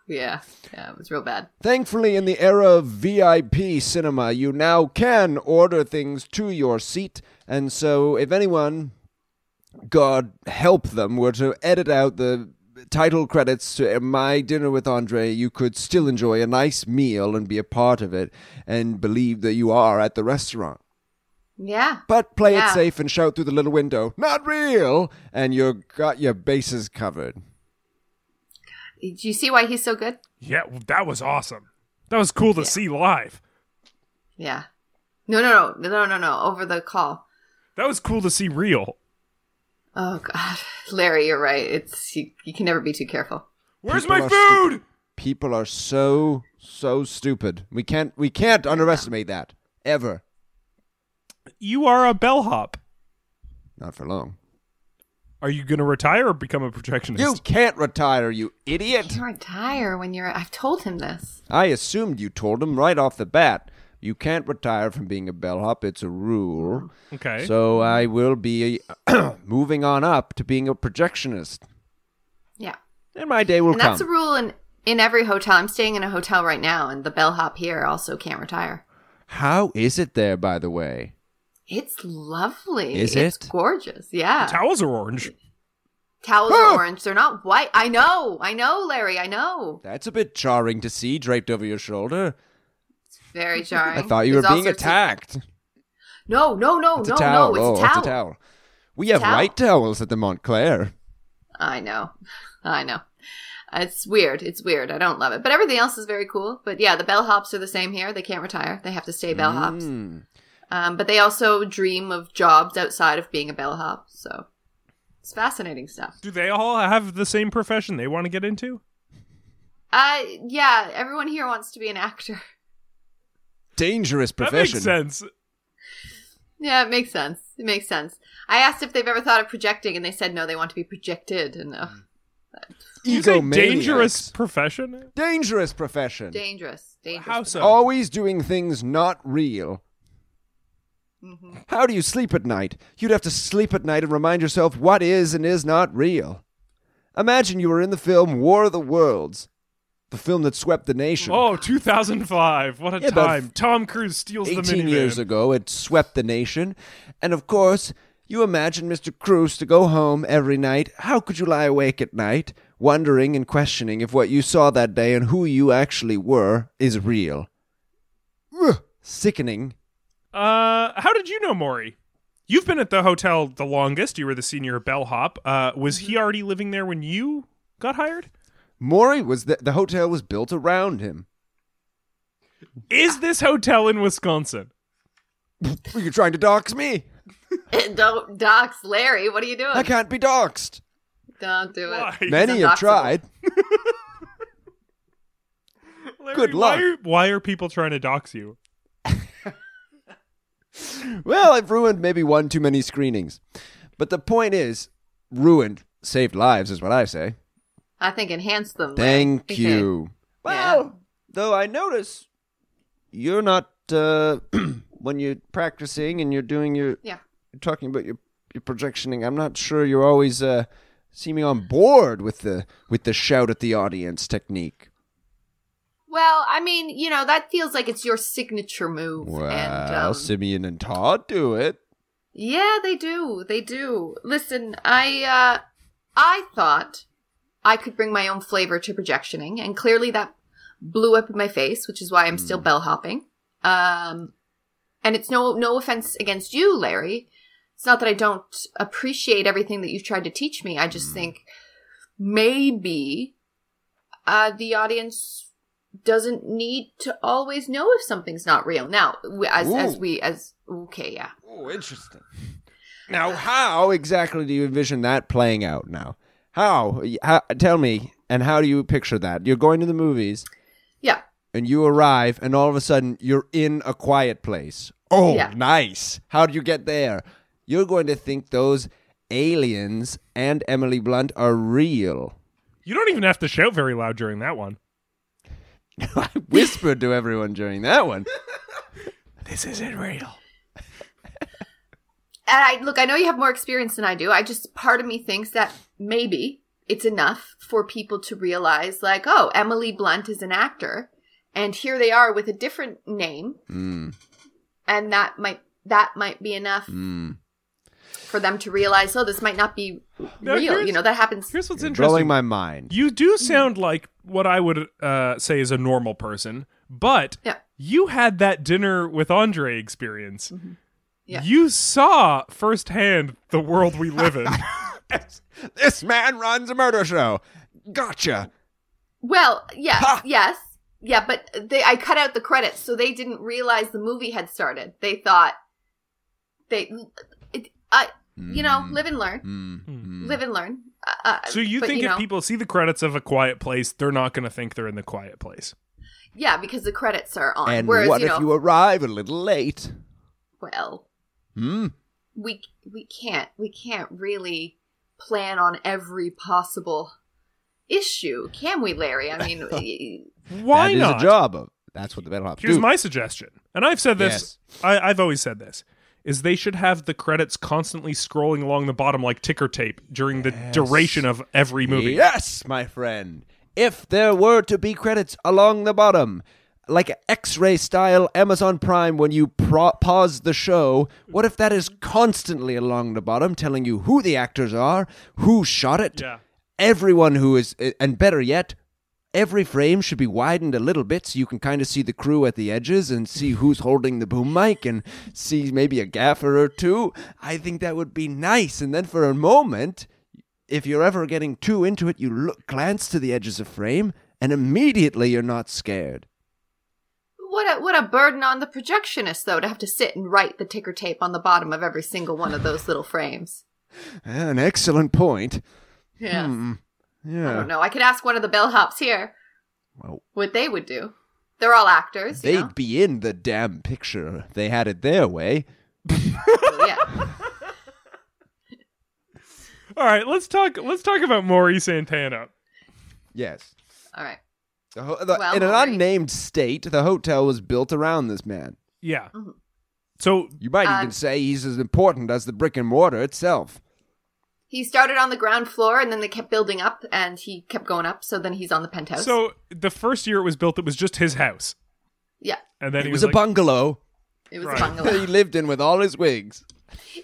Speaker 3: yeah, yeah, it was real bad.
Speaker 2: Thankfully, in the era of VIP cinema, you now can order things to your seat. And so, if anyone, God help them, were to edit out the title credits to My Dinner with Andre, you could still enjoy a nice meal and be a part of it and believe that you are at the restaurant.
Speaker 3: Yeah.
Speaker 2: But play
Speaker 3: Yeah.
Speaker 2: it safe and shout through the little window, not real! And you got your bases covered.
Speaker 3: Do you see why he's so good?
Speaker 1: Yeah, well, that was awesome. That was cool to see live.
Speaker 3: Yeah. No, no, no, no, no, no. Over the call.
Speaker 1: That was cool to see real.
Speaker 3: Oh God, *laughs* Larry, you're right. It's you, you can never be too careful.
Speaker 1: Where's
Speaker 2: People
Speaker 1: my
Speaker 2: are
Speaker 1: food?
Speaker 2: people are so so stupid. We can't we can't underestimate that ever.
Speaker 1: You are a bellhop.
Speaker 2: Not for long.
Speaker 1: Are you going to retire or become a projectionist?
Speaker 2: You can't retire, you
Speaker 3: You
Speaker 2: idiot.
Speaker 3: can't retire when you're. I've told him this.
Speaker 2: I assumed you told him right off the bat. You can't retire from being a bellhop. It's a rule.
Speaker 1: Okay.
Speaker 2: So I will be *clears throat* moving on up to being a projectionist,
Speaker 3: Yeah.
Speaker 2: and my day will
Speaker 3: and
Speaker 2: come.
Speaker 3: that's a rule in in every hotel. I'm staying in a hotel right now, and the bellhop here also can't retire.
Speaker 2: How is it there, by the way?
Speaker 3: It's lovely.
Speaker 2: Is
Speaker 3: it's
Speaker 2: it?
Speaker 3: gorgeous? Yeah.
Speaker 1: Towels are orange.
Speaker 3: Towels are orange. They're not white. I know. I know, Larry. I know.
Speaker 2: That's a bit jarring to see draped over your shoulder.
Speaker 3: It's
Speaker 2: *laughs*
Speaker 3: very jarring.
Speaker 2: I thought you
Speaker 3: There's
Speaker 2: were being
Speaker 3: all sorts of-
Speaker 2: attacked.
Speaker 3: No, no, no,
Speaker 2: It's
Speaker 3: no,
Speaker 2: a towel.
Speaker 3: no.
Speaker 2: oh,
Speaker 3: It's a towel.
Speaker 2: it's a towel. We have
Speaker 3: Towel.
Speaker 2: white towels at the Montclair.
Speaker 3: I know. I know. It's weird. It's weird. I don't love it. But everything else is very cool. But yeah, the bellhops are the same here. They can't retire. They have to stay bellhops.
Speaker 1: Mm.
Speaker 2: Hmm.
Speaker 3: Um, but they also dream of jobs outside of being a bellhop. So it's fascinating stuff.
Speaker 1: Do they all have the same profession they want to get into?
Speaker 3: Uh, yeah, everyone here wants to be an actor. *laughs*
Speaker 2: Dangerous
Speaker 1: That
Speaker 2: profession.
Speaker 1: makes sense.
Speaker 3: Yeah, it makes sense. It makes sense. I asked if they've ever thought of projecting, and they said no, they want to be projected. And uh,
Speaker 1: Did you say
Speaker 2: Egomaniacs.
Speaker 1: dangerous profession?
Speaker 2: Dangerous profession.
Speaker 3: dangerous. Dangerous.
Speaker 1: Mm. How so?
Speaker 2: Always doing things not real.
Speaker 3: Mm-hmm.
Speaker 2: How do you sleep at night? You'd have to sleep at night and remind yourself what is and is not real. Imagine you were in the film War of the Worlds, the film that swept the nation.
Speaker 1: Oh, 2005. What a
Speaker 2: Yeah, about
Speaker 1: time. Tom Cruise steals the
Speaker 2: 18
Speaker 1: minivan.
Speaker 2: years ago, it swept the nation. And of course, you imagine Mr. Cruz to go home every night. How could you lie awake at night, wondering and questioning if what you saw that day and who you actually were is real? Ugh, Sickening.
Speaker 1: Uh, how did you know Maury? You've been at the hotel the longest. You were the senior bellhop. Uh, was he already living there when you got hired?
Speaker 2: Maury was the, the hotel was built around him.
Speaker 1: Is this hotel in Wisconsin?
Speaker 2: Are you trying to dox me?
Speaker 3: *laughs* Don't dox Larry. What are you doing?
Speaker 2: I can't be doxed.
Speaker 3: Don't do it.
Speaker 1: Why?
Speaker 2: Many have
Speaker 3: undoxable.
Speaker 2: tried.
Speaker 1: Larry,
Speaker 2: good
Speaker 1: Why are,
Speaker 2: luck.
Speaker 1: why are people trying to dox you?
Speaker 2: Well, I've ruined maybe one too many screenings. But the point is, ruined saved lives is what I say.
Speaker 3: I think enhance them. Larry.
Speaker 2: Thank
Speaker 3: Okay.
Speaker 2: you.
Speaker 3: Yeah.
Speaker 2: Well, though I notice you're not uh, *clears throat* when you're practicing and you're doing your
Speaker 3: Yeah.
Speaker 2: you're talking about your your projectioning. I'm not sure you're always uh, seeming on board with the with the shout at the audience technique.
Speaker 3: Well, I mean, you know, that feels like it's your signature move.
Speaker 2: Well,
Speaker 3: and, um,
Speaker 2: Simeon and Todd do it.
Speaker 3: yeah, they do. They do. Listen, I uh I thought I could bring my own flavor to projectioning, and clearly that blew up in my face, which is why I'm still bell hopping. Um and it's no no offense against you, Larry. It's not that I don't appreciate everything that you've tried to teach me. I just think maybe uh the audience doesn't need to always know if something's not real. Now, we- as as
Speaker 2: Ooh.
Speaker 3: we as okay, yeah.
Speaker 2: Oh, interesting. Now, how exactly do you envision that playing out? Now, how? how? Tell me, and how do you picture that? You're going to the movies.
Speaker 3: Yeah.
Speaker 2: and you arrive and all of a sudden you're in a quiet place. Oh,
Speaker 3: Yeah.
Speaker 2: nice. How would you get there? You're going to think those aliens and Emily Blunt are real. *laughs*
Speaker 1: You don't even have to shout very loud during that one.
Speaker 2: I whispered to everyone during that one.
Speaker 1: This isn't real.
Speaker 3: And I look, I know you have more experience than I do. I just part of me thinks that maybe it's enough for people to realize like, oh, Emily Blunt is an actor and here they are with a different name. And that might that might be enough for them to realize, oh, this might not be
Speaker 1: Now,
Speaker 3: real.
Speaker 1: here's-
Speaker 3: You know, that happens.
Speaker 1: Here's what's
Speaker 2: Blowing
Speaker 1: interesting.
Speaker 2: my mind.
Speaker 1: you do sound like what I would uh, say is a normal person, but
Speaker 3: Yeah.
Speaker 1: you had that dinner with Andre experience.
Speaker 2: Mm-hmm.
Speaker 3: Yeah.
Speaker 1: You saw firsthand the world we
Speaker 2: *laughs*
Speaker 1: live in.
Speaker 2: This man runs a murder show. Gotcha.
Speaker 3: Well, yes,
Speaker 2: Ha!
Speaker 3: yes. Yeah, but they I cut out the credits, so they didn't realize the movie had started. They thought they it, I you know,
Speaker 2: Mm-hmm.
Speaker 3: live and learn. Live and learn. Uh, uh,
Speaker 1: so you
Speaker 3: but,
Speaker 1: think if
Speaker 3: know,
Speaker 1: people see the credits of A Quiet Place, they're not going to think they're in The Quiet Place.
Speaker 3: Yeah, because the credits are on.
Speaker 2: And
Speaker 3: Whereas,
Speaker 2: what
Speaker 3: you
Speaker 2: if
Speaker 3: know,
Speaker 2: you arrive a little late?
Speaker 3: well,
Speaker 2: Hmm.
Speaker 3: we we can't we can't really plan on every possible issue, can we, Larry? I mean,
Speaker 2: *laughs*
Speaker 3: y-
Speaker 1: Why
Speaker 2: that is
Speaker 1: not?
Speaker 2: a job of. That's what the battle
Speaker 1: Here's
Speaker 2: do.
Speaker 1: my suggestion, and I've said this. I, I've always said this is they should have the credits constantly scrolling along the bottom like ticker tape during the duration of every movie.
Speaker 2: Yes, my friend. If there were to be credits along the bottom, like X-ray style Amazon Prime when you pro- pause the show. What if that is constantly along the bottom telling you who the actors are, who shot it,
Speaker 1: Yeah.
Speaker 2: everyone who is, eh, and better yet, every frame should be widened a little bit so you can kind of see the crew at the edges and see who's holding the boom mic and see maybe a gaffer or two. I think that would be nice. And then for a moment, if you're ever getting too into it, you look glance to the edges of frame and immediately you're not scared.
Speaker 3: What a what a burden on the projectionist though to have to sit and write the ticker tape on the bottom of every single one of those little frames.
Speaker 2: Ah, An excellent point.
Speaker 3: Yeah. I
Speaker 2: Hmm. Yeah.
Speaker 3: don't know. I could ask one of the bellhops here
Speaker 2: Well,
Speaker 3: what they would do. They're all actors.
Speaker 2: *laughs*
Speaker 3: you
Speaker 2: they'd
Speaker 3: know?
Speaker 2: be in the damn picture. They had it their way.
Speaker 3: yeah.
Speaker 1: All right, let's talk. Let's talk about Maury Santana.
Speaker 2: Yes.
Speaker 3: All right.
Speaker 2: The ho- the-
Speaker 3: Well,
Speaker 2: in an
Speaker 3: all right.
Speaker 2: unnamed state, the hotel was built around this man.
Speaker 1: Yeah.
Speaker 3: Mhm.
Speaker 1: So
Speaker 2: You might
Speaker 3: Uh,
Speaker 2: even say he's as important as the brick and mortar itself.
Speaker 3: He started on the ground floor and then they kept building up and he kept going up. So then he's on the penthouse.
Speaker 1: so the first year it was built, it was just his house,
Speaker 3: yeah,
Speaker 1: and then
Speaker 2: It
Speaker 1: he
Speaker 2: was
Speaker 1: was,
Speaker 2: a
Speaker 1: like,
Speaker 2: bungalow
Speaker 3: it was
Speaker 1: Right.
Speaker 3: a bungalow.
Speaker 2: that he lived in with all his wigs.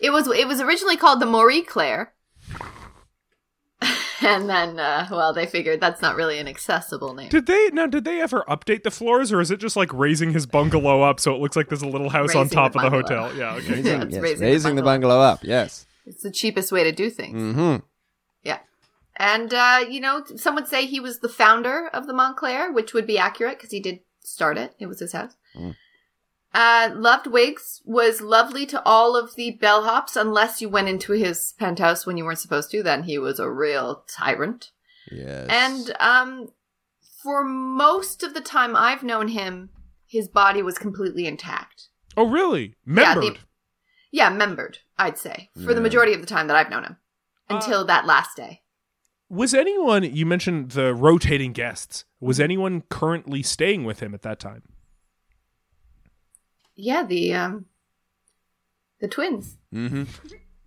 Speaker 3: It was it was originally called the Marie Claire. *laughs* and then uh, well they figured that's not really an accessible name.
Speaker 1: Did they now? Did they ever update the floors, or is it just like raising his bungalow up so it looks like there's a little house on
Speaker 3: Raising
Speaker 1: top
Speaker 3: the
Speaker 1: of the
Speaker 3: bungalow.
Speaker 1: hotel? Yeah.
Speaker 3: *laughs*
Speaker 1: Okay.
Speaker 3: Yeah, it's raising the
Speaker 2: raising the
Speaker 3: bungalow.
Speaker 2: bungalow up, yes.
Speaker 3: It's the cheapest way to do things.
Speaker 2: Mm-hmm.
Speaker 3: Yeah. And uh, you know, some would say he was the founder of the Montclair, which would be accurate because he did start it. It was his house.
Speaker 2: Mm.
Speaker 3: Uh, loved wigs was lovely to all of the bellhops, unless you went into his penthouse when you weren't supposed to. Then he was a real tyrant.
Speaker 2: Yes.
Speaker 3: And um, for most of the time I've known him, his body was completely intact.
Speaker 1: Oh, really?
Speaker 3: Yeah, the-
Speaker 1: Membered.
Speaker 3: Yeah, membered. I'd say for
Speaker 2: Yeah.
Speaker 3: the majority of the time that I've known him,
Speaker 1: Uh,
Speaker 3: until that last day.
Speaker 1: was anyone? You mentioned the rotating guests. Was anyone currently staying with him at that time?
Speaker 3: Yeah, the um the twins.
Speaker 2: mm-hmm.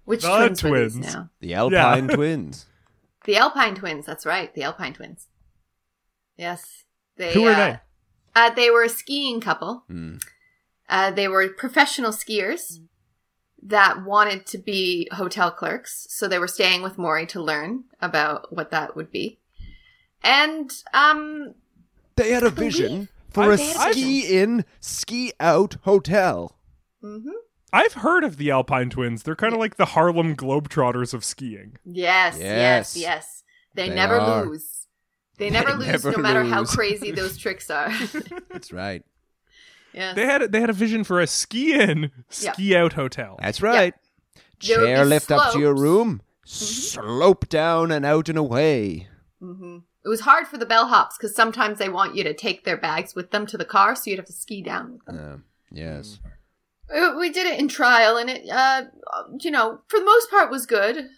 Speaker 3: Which
Speaker 1: The
Speaker 3: twins, were these
Speaker 1: twins.
Speaker 3: now?
Speaker 2: The Alpine *laughs*
Speaker 1: Yeah.
Speaker 2: twins.
Speaker 3: The Alpine twins, that's right, the Alpine twins. Yes. They
Speaker 1: Who were
Speaker 3: uh,
Speaker 1: they?
Speaker 3: Uh, they were a skiing couple.
Speaker 2: Mm.
Speaker 3: Uh, they were professional skiers that wanted to be hotel clerks, so they were staying with Maury to learn about what that would be. And um
Speaker 2: They had a
Speaker 3: Believe-
Speaker 2: vision for a
Speaker 3: They had a
Speaker 2: ski in, ski out hotel.
Speaker 3: mhm.
Speaker 1: I've heard of the Alpine Twins. They're kind of like the Harlem Globetrotters of skiing.
Speaker 3: Yes, yes,
Speaker 2: Yes.
Speaker 3: yes. They,
Speaker 2: They
Speaker 3: never
Speaker 2: are.
Speaker 3: lose.
Speaker 2: *laughs*
Speaker 3: They never lose
Speaker 2: never
Speaker 3: no matter how
Speaker 2: lose. *laughs*
Speaker 3: crazy those tricks are. *laughs*
Speaker 2: That's right.
Speaker 3: yes.
Speaker 1: They had they had a vision for a ski in, ski out hotel.
Speaker 2: That's right.
Speaker 3: There would be
Speaker 2: Chair lift up to your
Speaker 3: slopes. Mm-hmm.
Speaker 2: room, slope down and out and away.
Speaker 3: hmm It was hard for the bellhops because sometimes they want you to take their bags with them to the car, so you'd have to ski down with them.
Speaker 2: Uh,
Speaker 3: Mm-hmm.
Speaker 2: yes.
Speaker 3: Uh, We did it in trial, and it, uh, you know, for the most part, was good.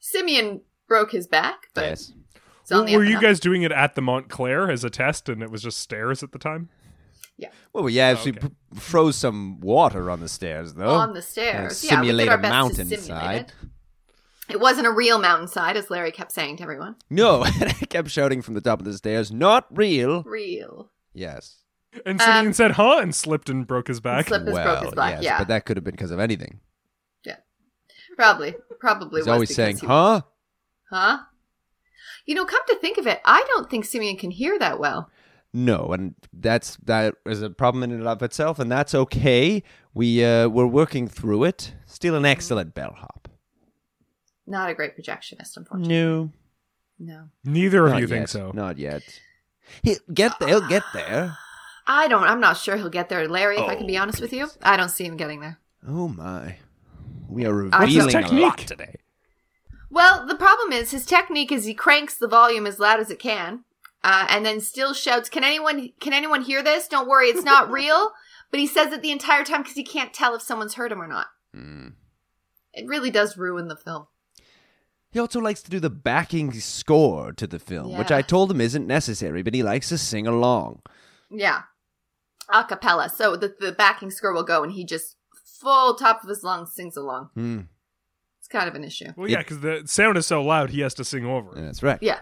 Speaker 3: Simeon broke his back, but
Speaker 2: Yes.
Speaker 3: it's on the
Speaker 1: were
Speaker 3: up
Speaker 1: you
Speaker 3: and up.
Speaker 1: guys doing it at the Montclair as a test, and it was just stairs at the time?
Speaker 2: Well, yeah, if we
Speaker 1: okay.
Speaker 2: p- froze some water on the stairs, though.
Speaker 3: on the stairs?
Speaker 2: And
Speaker 3: Yeah, we
Speaker 2: simulate
Speaker 3: did our
Speaker 2: a
Speaker 3: best to
Speaker 2: mountainside.
Speaker 3: simulate it. It wasn't a real mountainside, as Larry kept saying to everyone.
Speaker 2: No, *laughs* and I kept shouting from the top of the stairs, not real.
Speaker 3: Real.
Speaker 2: Yes.
Speaker 1: And Simeon
Speaker 3: Um,
Speaker 1: said, "Huh," and slipped and broke his back.
Speaker 3: Slippers broke his back.
Speaker 2: yes,
Speaker 3: yeah,
Speaker 2: but that could have been because of anything.
Speaker 3: probably, probably.
Speaker 2: He's
Speaker 3: was
Speaker 2: always
Speaker 3: because
Speaker 2: saying,
Speaker 3: he-
Speaker 2: huh?
Speaker 3: Huh? You know, come to think of it, I don't think Simeon can hear that well.
Speaker 2: No, and that's that is a problem in and of itself, and that's okay. We uh, we're working through it. Still an excellent bellhop.
Speaker 3: Not a great projectionist, unfortunately.
Speaker 2: No,
Speaker 3: No.
Speaker 1: Neither of
Speaker 2: not
Speaker 1: you
Speaker 2: yet.
Speaker 1: think so.
Speaker 2: Not yet. He get there. He'll get there.
Speaker 3: I don't. I'm not sure he'll get there, Larry. If I can be honest with you, I don't see him getting there.
Speaker 2: Oh my, we are
Speaker 3: I
Speaker 1: What's his
Speaker 3: his
Speaker 2: revealing a
Speaker 1: technique
Speaker 2: lot today.
Speaker 3: Well, the problem is his technique is he cranks the volume as loud as it can, uh, and then still shouts, "Can anyone? Can anyone hear this? Don't worry, it's not real." but he says it the entire time because he can't tell if someone's heard him or not. It really does ruin the film.
Speaker 2: He also likes to do the backing score to the film, which
Speaker 3: Yeah.
Speaker 2: I told him isn't necessary, but he likes to sing along.
Speaker 3: Yeah, a cappella. So the the backing score will go, and he just full top of his lungs sings along.
Speaker 2: Hmm.
Speaker 3: It's kind of an issue.
Speaker 1: Well, yeah, because the sound is so loud, he has to sing over. it.
Speaker 2: That's right.
Speaker 3: Yeah.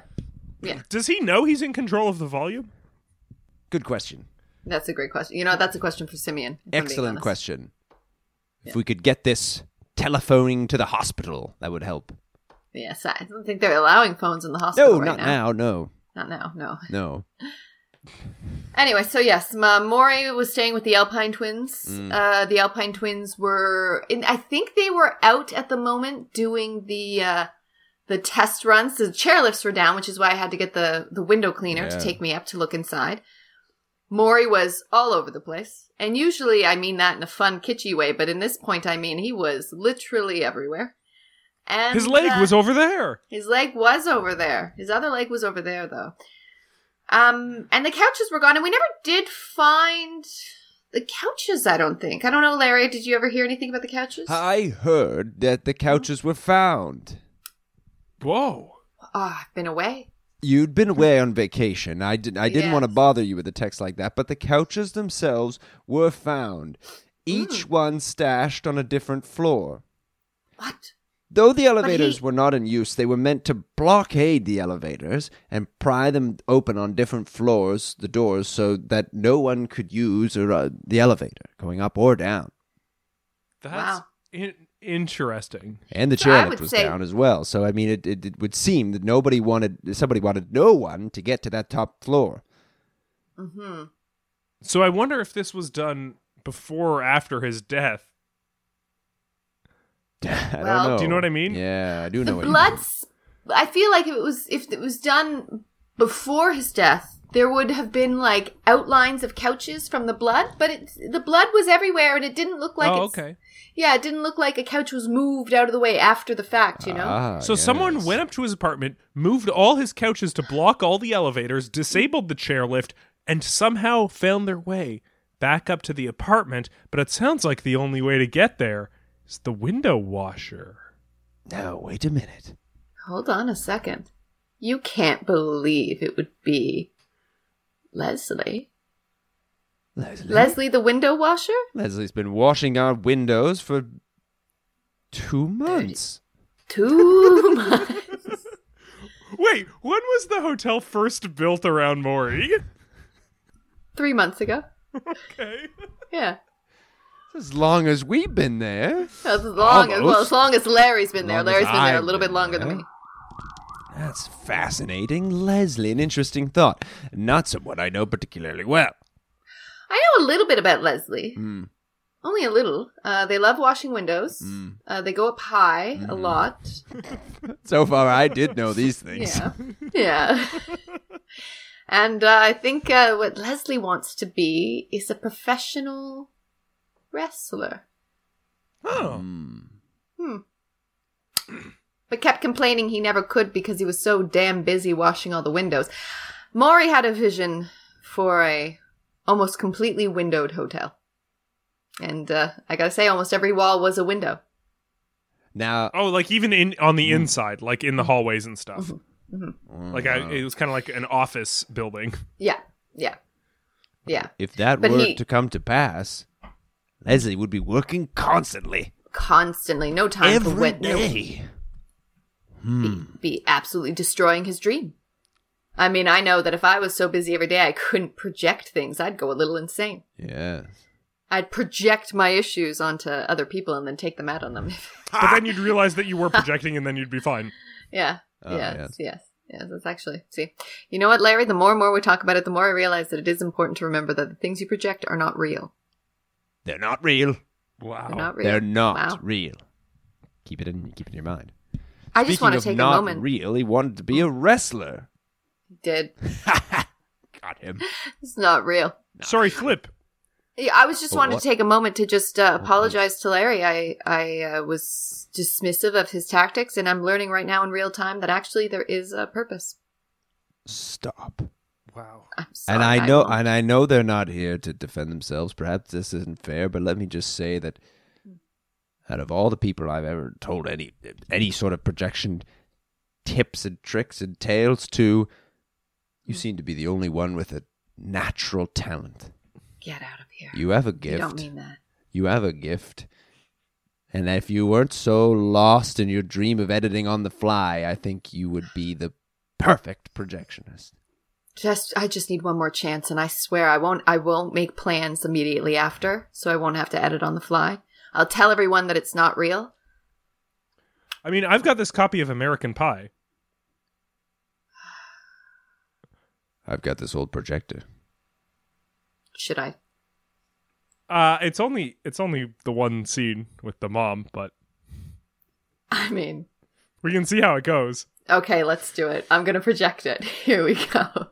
Speaker 1: Does he know he's in control of the volume?
Speaker 2: Good question.
Speaker 3: That's a great question. You know, that's a question for Simeon. if I'm being
Speaker 2: Excellent
Speaker 3: honest.
Speaker 2: question. If we could get this telephoning to the hospital, that would help.
Speaker 3: Yes, I don't think they're allowing phones in the hospital.
Speaker 2: No,
Speaker 3: right
Speaker 2: not now. No,
Speaker 3: Not now, no.
Speaker 2: no.
Speaker 3: Anyway, so yes, Ma- Maury was staying with the Alpine twins.
Speaker 1: Mm.
Speaker 3: Uh, the Alpine twins were, in, I think they were out at the moment doing the uh, the test runs. The chairlifts were down, which is why I had to get the the window cleaner to
Speaker 2: Yeah.
Speaker 3: take me up to look inside. Maury was all over the place, and usually I mean that in a fun, kitschy way, but in this point, I mean he was literally everywhere. And
Speaker 1: His leg
Speaker 3: uh,
Speaker 1: was over there.
Speaker 3: his leg was over there. His other leg was over there, though. Um, and the couches were gone, and we never did find the couches. I don't think. I don't know, Larry. Did you ever hear anything about the couches? Ah,
Speaker 2: I heard that the couches were found.
Speaker 1: Whoa.
Speaker 3: Ah, I've been away.
Speaker 2: You'd been away on vacation. I did. I didn't want to
Speaker 3: Yes.
Speaker 2: bother you with a text like that, but the couches themselves were found, each
Speaker 3: Mm.
Speaker 2: one stashed on a different floor.
Speaker 3: What?
Speaker 2: Though the elevators
Speaker 3: he-
Speaker 2: were not in use, they were meant to blockade the elevators and pry them open on different floors, the doors, so that no one could use or, uh, the elevator going up or down.
Speaker 1: That's
Speaker 3: Wow.
Speaker 1: in- interesting.
Speaker 2: And the
Speaker 3: So I
Speaker 2: chairlift
Speaker 3: would
Speaker 2: was
Speaker 3: say-
Speaker 2: down as well. So I mean, it, it, it would seem that nobody wanted, somebody wanted no one to get to that top floor. *laughs*
Speaker 3: Mm-hmm.
Speaker 1: So I wonder if this was done before or after his death.
Speaker 2: I don't
Speaker 3: Well-
Speaker 2: know.
Speaker 1: Do you know what I mean?
Speaker 2: Yeah, I do
Speaker 3: The
Speaker 2: know what you mean.
Speaker 3: bloods. I feel like if it was if it was done before his death, there would have been like outlines of couches from the blood. But it, the blood was everywhere, and it didn't look like.
Speaker 1: oh,
Speaker 3: it's-
Speaker 1: okay.
Speaker 3: Yeah, it didn't look like a couch was moved out of the way after the fact. You know.
Speaker 2: Ah,
Speaker 1: So someone
Speaker 2: yes.
Speaker 1: went up to his apartment, moved all his couches to block all the elevators, disabled the chairlift, and somehow found their way back up to the apartment. But it sounds like the only way to get there is the window washer.
Speaker 2: No, wait a minute.
Speaker 3: Hold on a second. You can't believe it would be Leslie.
Speaker 2: Leslie.
Speaker 3: Leslie the window washer?
Speaker 2: Leslie's been washing our windows for two months. *laughs*
Speaker 3: Too much.
Speaker 1: Wait, when was the hotel first built around Maury? *laughs*
Speaker 3: Three months ago.
Speaker 1: Okay.
Speaker 3: Yeah.
Speaker 2: As long as we've been there.
Speaker 3: As long as well,
Speaker 2: Almost.
Speaker 3: as long as Larry's been there.
Speaker 2: Long as
Speaker 3: Larry's been there a
Speaker 2: I've
Speaker 3: little bit
Speaker 2: been
Speaker 3: longer than
Speaker 2: there.
Speaker 3: me.
Speaker 2: That's fascinating, Leslie. An interesting thought. Not someone I know particularly well.
Speaker 3: I know a little bit about Leslie.
Speaker 2: Hmm.
Speaker 3: Only a little. Uh, they love washing windows.
Speaker 2: Hmm.
Speaker 3: Uh, they go up high a lot.
Speaker 2: So far, I did know these things.
Speaker 3: *laughs* Yeah. yeah. and uh, I think uh, what Leslie wants to be is a professional wrestler.
Speaker 1: Oh.
Speaker 2: Hmm.
Speaker 3: but kept complaining he never could because he was so damn busy washing all the windows. Maury had a vision for a almost completely windowed hotel. And uh, I gotta say, almost every wall was a window.
Speaker 2: Now,
Speaker 1: Oh, like even in on
Speaker 2: Hmm.
Speaker 1: the inside, like in the hallways and stuff. Like
Speaker 2: Uh.
Speaker 1: I, it was kind of like an
Speaker 2: *laughs*
Speaker 1: office building.
Speaker 3: Yeah, yeah, yeah.
Speaker 2: if that
Speaker 3: But
Speaker 2: were
Speaker 3: he-
Speaker 2: to come to pass, Leslie would be working constantly,
Speaker 3: Constantly, no time for
Speaker 2: every
Speaker 3: win- no-
Speaker 2: day. Hmm.
Speaker 3: be absolutely destroying his dream. I mean, I know that if I was so busy every day I couldn't project things, I'd go a little insane.
Speaker 2: Yes.
Speaker 3: I'd project my issues onto other people and then take them out on them. *laughs*
Speaker 1: But then you'd realize that you were projecting, and then you'd be fine.
Speaker 3: Yeah.
Speaker 2: Oh,
Speaker 3: yes,
Speaker 2: yes.
Speaker 3: yes. Yes. That's actually, see, you know what, Larry? The more and more we talk about it, the more I realize that it is important to remember that the things you project are not real.
Speaker 2: They're not real.
Speaker 1: Wow.
Speaker 3: They're not real.
Speaker 2: They're not
Speaker 3: Wow.
Speaker 2: real. Keep it in. Keep it in your mind.
Speaker 3: I just want to
Speaker 2: of
Speaker 3: take a
Speaker 2: not
Speaker 3: moment.
Speaker 2: real, he wanted to be a wrestler.
Speaker 3: Did
Speaker 2: Got
Speaker 3: *gasps*
Speaker 2: him.
Speaker 3: it's not real.
Speaker 1: Sorry, Flip.
Speaker 3: Yeah, I was just
Speaker 2: Oh,
Speaker 3: wanted
Speaker 2: what? Mm-hmm.
Speaker 3: to take a moment to just uh, apologize to Larry. I I uh, was dismissive of his tactics, and I'm learning right now in real time that actually there is a purpose.
Speaker 2: Stop.
Speaker 1: Wow.
Speaker 3: I'm sorry.
Speaker 2: And I know,
Speaker 3: won't.
Speaker 2: and I know they're not here to defend themselves. Perhaps this isn't fair, but let me just say that out of all the people I've ever told any any sort of projection tips and tricks and tales to, you
Speaker 3: Mm.
Speaker 2: seem to be the only one with a natural talent.
Speaker 3: get out of here.
Speaker 2: You have a
Speaker 3: You don't
Speaker 2: gift.
Speaker 3: mean that.
Speaker 2: You have a gift. And if you weren't so lost in your dream of editing on the fly, I think you would be the perfect projectionist.
Speaker 3: Just I just need one more chance and I swear I won't I won't make plans immediately after, so I won't have to edit on the fly. I'll tell everyone that it's not real.
Speaker 1: I mean, I've got this copy of American Pie.
Speaker 2: I've got this old projector.
Speaker 3: Should I? *laughs*
Speaker 1: Uh, it's only it's only the one scene with the mom, but
Speaker 3: I mean,
Speaker 1: we can see how it goes.
Speaker 3: okay, let's do it. I'm going to project it. *laughs* Here we go.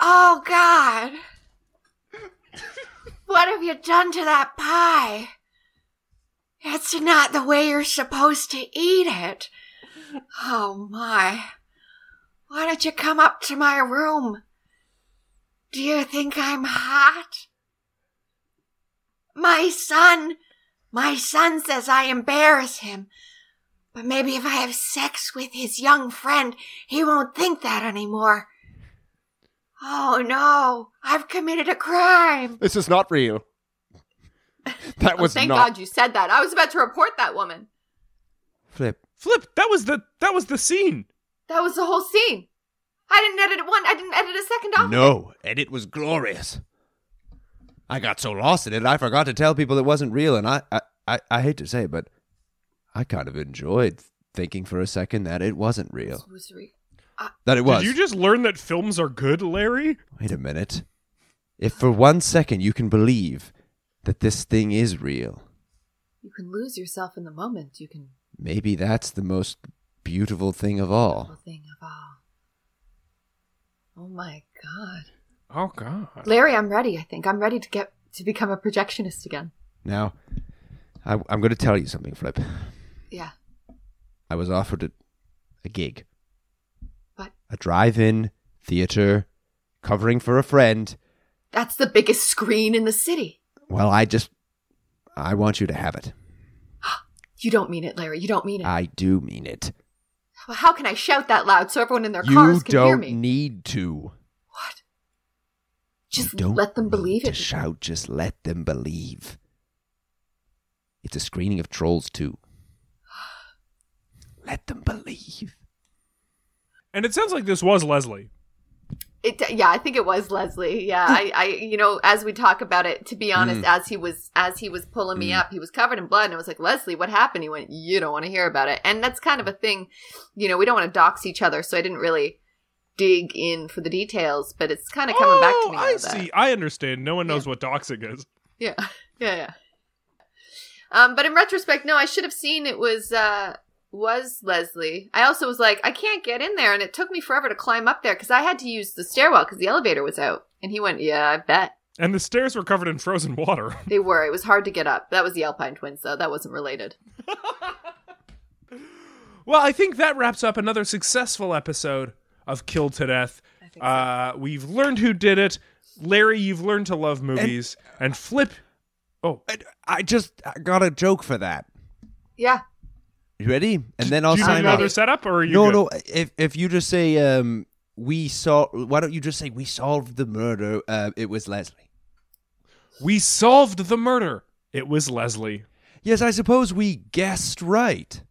Speaker 3: Oh god. What have you done to that pie? That's not the way you're supposed to eat it. Oh my. Why don't you come up to my room? Do you think I'm hot? My son, my son says I embarrass him. But maybe if I have sex with his young friend, he won't think that anymore. Oh no, I've committed a crime.
Speaker 4: This is not real. That was
Speaker 3: Thank
Speaker 4: not.
Speaker 3: God you said that. I was about to report that woman.
Speaker 2: Flip.
Speaker 1: Flip, that was the that was the scene.
Speaker 3: That was the whole scene. I didn't edit one. I didn't edit a second off.
Speaker 2: No, and it was glorious. I got so lost in it, I forgot to tell people it wasn't real, and I, I, I, I hate to say, it, but I kind of enjoyed thinking for a second that it wasn't real.
Speaker 3: Was re-
Speaker 2: That it was.
Speaker 1: Did you just learn that films are good, Larry?
Speaker 2: Wait a minute. If for one second you can believe that this thing is real,
Speaker 3: You can lose yourself in the moment. You can
Speaker 2: maybe that's the most beautiful thing of all.
Speaker 3: thing of all. Oh my god,
Speaker 1: Oh god.
Speaker 3: Larry, I'm ready. I think I'm ready to get to become a projectionist again.
Speaker 2: Now, I, I'm going to tell you something, Flip.
Speaker 3: Yeah,
Speaker 2: I was offered a, a gig.
Speaker 3: What?
Speaker 2: A drive in theater covering for a friend.
Speaker 3: that's the biggest screen in the city.
Speaker 2: Well, I just. I want you to have it.
Speaker 3: You don't mean it, Larry. You don't mean it.
Speaker 2: I do mean it.
Speaker 3: well, how can I shout that loud so everyone in their
Speaker 2: You
Speaker 3: cars can hear
Speaker 2: don't
Speaker 3: me?
Speaker 2: need to.
Speaker 3: what?
Speaker 2: You
Speaker 3: Just
Speaker 2: don't
Speaker 3: let them
Speaker 2: need
Speaker 3: believe
Speaker 2: to
Speaker 3: it.
Speaker 2: Shout, just let them believe. It's a screening of Trolls
Speaker 3: *sighs*
Speaker 2: 2. Let them believe.
Speaker 1: And it sounds like this was Leslie.
Speaker 3: It, yeah, I think it was Leslie. Yeah, I, I, you know, as we talk about it, to be honest,
Speaker 1: Mm.
Speaker 3: as he was, as he was pulling me up, he was covered in blood, and I was like, Leslie, what happened? He went, you don't want to hear about it, and that's kind of a thing, you know, we don't want to dox each other, so I didn't really dig in for the details, but it's kind of coming back to me.
Speaker 1: Oh, I
Speaker 3: now that-
Speaker 1: see. I understand. No one knows what doxing is.
Speaker 3: yeah, *laughs* yeah, yeah. Um, but in retrospect, no, I should have seen it was uh was Leslie. I also was like, I can't get in there, and it took me forever to climb up there because I had to use the stairwell because the elevator was out. And he went, Yeah, I bet
Speaker 1: And the stairs were covered in frozen water. *laughs*
Speaker 3: they were. It was hard to get up. That was the Alpine Twins, though. That wasn't related.
Speaker 1: Well, I think that wraps up another successful episode of Kill to Death. Uh, we've learned who did it. Larry, you've learned to love movies. And, Flip,
Speaker 2: I, I just I got a joke for that.
Speaker 3: Yeah,
Speaker 2: You ready? And then I'll
Speaker 1: do you need
Speaker 2: sign
Speaker 1: another
Speaker 2: off.
Speaker 1: setup or are you
Speaker 2: No,
Speaker 1: good?
Speaker 2: no. If if you just say um, we saw, why don't you just say we solved the murder? Uh, it was Leslie.
Speaker 1: We solved the murder. It was Leslie.
Speaker 2: Yes, I suppose we guessed right.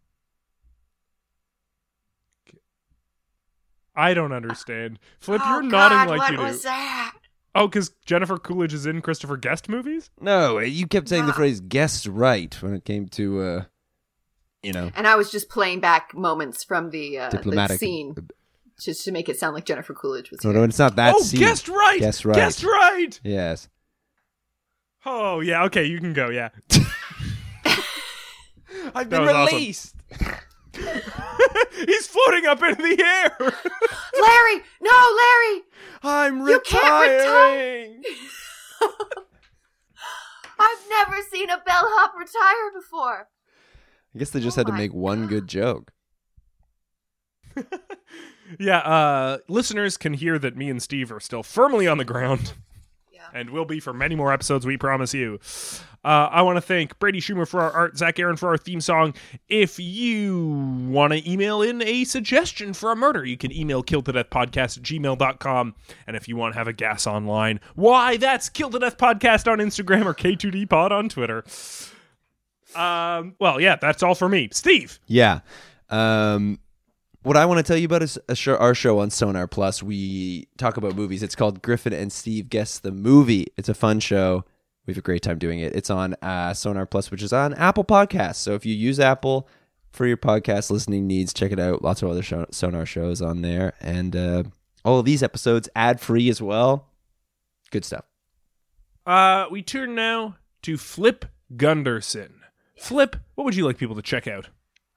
Speaker 1: I don't understand. Flip,
Speaker 3: Oh,
Speaker 1: you're nodding
Speaker 3: God,
Speaker 1: like
Speaker 3: what
Speaker 1: you do.
Speaker 3: was that?
Speaker 1: Oh, because Jennifer Coolidge is in Christopher Guest movies?
Speaker 2: No, you kept saying the phrase "guessed right" when it came to, uh, you know,
Speaker 3: And I was just playing back moments from the uh, the
Speaker 2: diplomatic.
Speaker 3: scene just to make it sound like Jennifer Coolidge was
Speaker 2: No,
Speaker 3: here.
Speaker 2: no, it's not that.
Speaker 1: oh,
Speaker 2: scene.
Speaker 1: guessed right.
Speaker 2: Guessed right.
Speaker 1: Guessed right.
Speaker 2: Yes.
Speaker 1: Oh, yeah. Okay, you can go.
Speaker 2: *laughs*
Speaker 1: Yeah.
Speaker 2: I've
Speaker 1: That was awesome. *laughs* He's floating up in the
Speaker 3: *laughs*
Speaker 1: air.
Speaker 3: Larry, no, Larry,
Speaker 2: I'm
Speaker 3: You can't
Speaker 2: retiring.
Speaker 3: I've never seen a bellhop retire before.
Speaker 2: I guess they just
Speaker 3: Oh
Speaker 2: had to
Speaker 3: my
Speaker 2: make one good joke.
Speaker 1: yeah, uh, listeners can hear that me and Steve are still firmly on the ground.
Speaker 3: Yeah.
Speaker 1: And will be for many more episodes, we promise you. Uh, I want to thank Brady Schumer for our art, Zach Aaron for our theme song. If you want to email in a suggestion for a murder, you can email killtodeathpodcast at gmail.com. And if you want to have a gas online, why, that's Kill to Death Podcast on Instagram or K2D Pod on Twitter. Um, well, yeah, that's all for me. Steve,
Speaker 2: Yeah. Um, What I want to tell you about is a show, our show on Sonar Plus. We talk about movies. It's called Griffin and Steve Guess the Movie. It's a fun show. We have a great time doing it. It's on uh, Sonar Plus, which is on Apple Podcasts. So if you use Apple for your podcast listening needs, check it out. Lots of other show, Sonar shows on there. And uh, all of these episodes ad free as well. Good stuff.
Speaker 1: Uh, we turn now to Flip Gunderson. Flip, what would you like people to check out?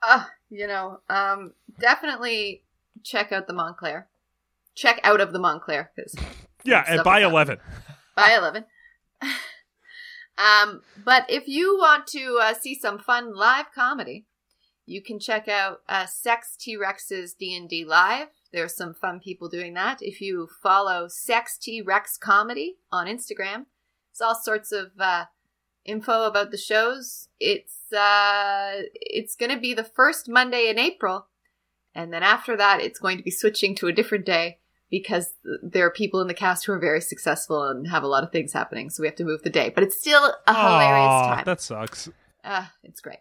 Speaker 3: Uh, you know, um, definitely check out the Montclair. Check out of the Montclair *laughs* because
Speaker 1: Yeah,
Speaker 3: Stuff
Speaker 1: and by
Speaker 3: like that.
Speaker 1: eleven.
Speaker 3: by eleven. *laughs* um, but if you want to uh, see some fun live comedy, you can check out uh, Sex T Rex's D and D live. There's some fun people doing that. If you follow Sex T Rex comedy on Instagram, it's all sorts of uh, info about the shows. It's uh, it's going to be the first Monday in April, and then after that, it's going to be switching to a different day because th- there are people in the cast who are very successful and have a lot of things happening. So we have to move the day, but it's still a hilarious
Speaker 1: Aw,
Speaker 3: time.
Speaker 1: That sucks.
Speaker 3: Uh, it's great.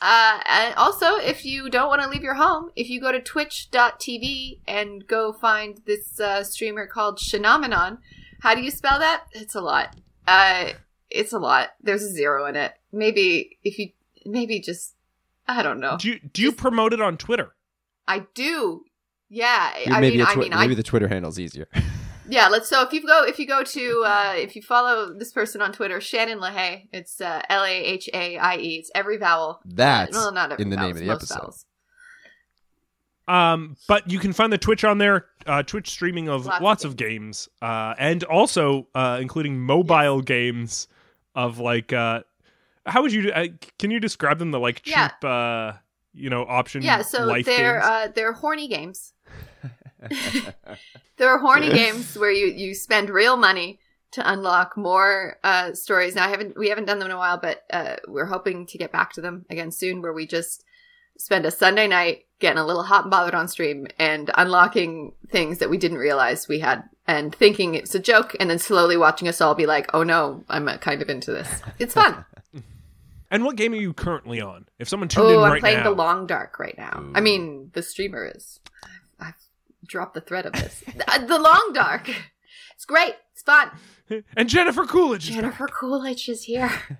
Speaker 3: Uh, and also, if you don't want to leave your home, if you go to twitch.tv and go find this uh, streamer called Phenomenon, how do you spell that? It's a lot. Uh, it's a lot. There's a zero in it. Maybe if you, maybe just, I don't know.
Speaker 1: Do you do you
Speaker 3: Oh, Just-
Speaker 1: promote it on Twitter?
Speaker 3: I do. Yeah.
Speaker 2: Maybe
Speaker 3: I mean,
Speaker 2: a
Speaker 3: I
Speaker 2: twi-
Speaker 3: mean, I
Speaker 2: maybe the Twitter handle's
Speaker 3: *laughs*
Speaker 2: easier.
Speaker 3: yeah, let's. So if you go, if you go to, uh, if you follow this person on Twitter, Shannon LaHaye, it's uh, L A H A I E. It's every vowel.
Speaker 2: That's
Speaker 3: well, not every
Speaker 2: in the
Speaker 3: vowel,
Speaker 2: name of the
Speaker 3: most
Speaker 2: episode.
Speaker 3: vowels.
Speaker 1: Um, but you can find the Twitch on there. Uh, Twitch streaming of
Speaker 3: Lots
Speaker 1: lots,
Speaker 3: of
Speaker 1: of games, uh, and also uh, including mobile games of like uh, how would you uh, can you describe them the like cheap
Speaker 3: Yeah.
Speaker 1: uh, you know option
Speaker 3: Yeah, so
Speaker 1: life
Speaker 3: they're
Speaker 1: games?
Speaker 3: uh, they're horny games. *laughs* they're horny games where you you spend real money to unlock more uh, stories. Now I haven't we haven't done them in a while, but uh, we're hoping to get back to them again soon, where we just spend a Sunday night getting a little hot and bothered on stream and unlocking things that we didn't realize we had and thinking it's a joke and then slowly watching us all be like, oh no, I'm uh, kind of into this. It's fun.
Speaker 1: and what game are you currently on? If someone tuned in
Speaker 3: Oh, I'm
Speaker 1: right
Speaker 3: playing
Speaker 1: now,
Speaker 3: The Long Dark right now. I mean, the streamer is. I've dropped the thread of this. *laughs* Uh, the Long Dark. It's great. It's fun.
Speaker 1: *laughs* and Jennifer Coolidge. is back.
Speaker 3: Jennifer Coolidge is here. *laughs*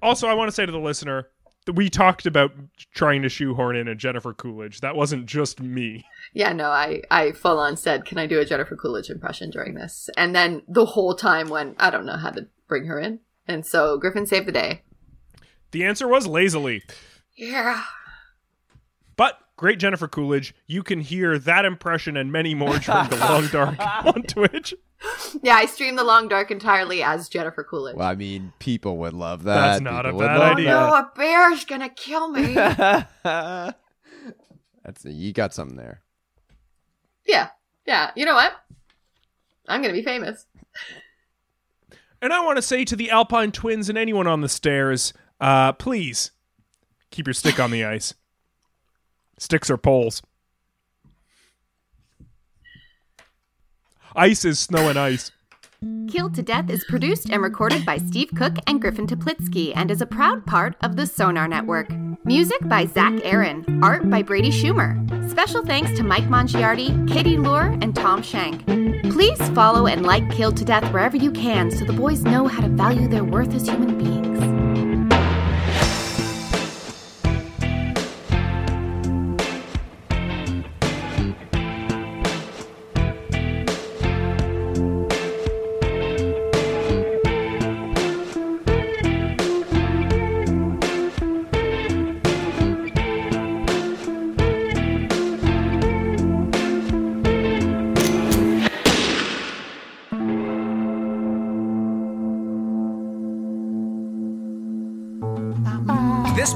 Speaker 1: Also, I want to say to the listener that we talked about trying to shoehorn in a Jennifer Coolidge. That wasn't just me.
Speaker 3: Yeah, no, I, I full on said, can I do a Jennifer Coolidge impression during this? And then the whole time when I don't know how to bring her in. And so Griffin saved the day.
Speaker 1: The answer was lazily.
Speaker 3: Yeah.
Speaker 1: But great Jennifer Coolidge. You can hear that impression and many more during the long dark on Twitch.
Speaker 3: Yeah, I streamed The Long Dark entirely as Jennifer Coolidge.
Speaker 2: Well, I mean, people would love that.
Speaker 1: That's not a
Speaker 2: People would
Speaker 1: bad
Speaker 2: love
Speaker 3: Oh
Speaker 1: idea.
Speaker 3: no, a bear's gonna kill me.
Speaker 2: that. That's you got something there.
Speaker 3: yeah, yeah. You know what? I'm gonna be famous.
Speaker 1: And I want to say to the Alpine twins and anyone on the stairs, uh, please keep your stick on the ice. Sticks are poles. Ice is snow and ice.
Speaker 5: Killed to Death is produced and recorded by Steve Cook and Griffin Toplitsky and is a proud part of the Sonar Network. Music by Zach Aaron, art by Brady Schumer. Special thanks to Mike Mongiardi, Katie Lure, and Tom Shank. Please follow and like Killed to Death wherever you can so the boys know how to value their worth as human beings.
Speaker 6: This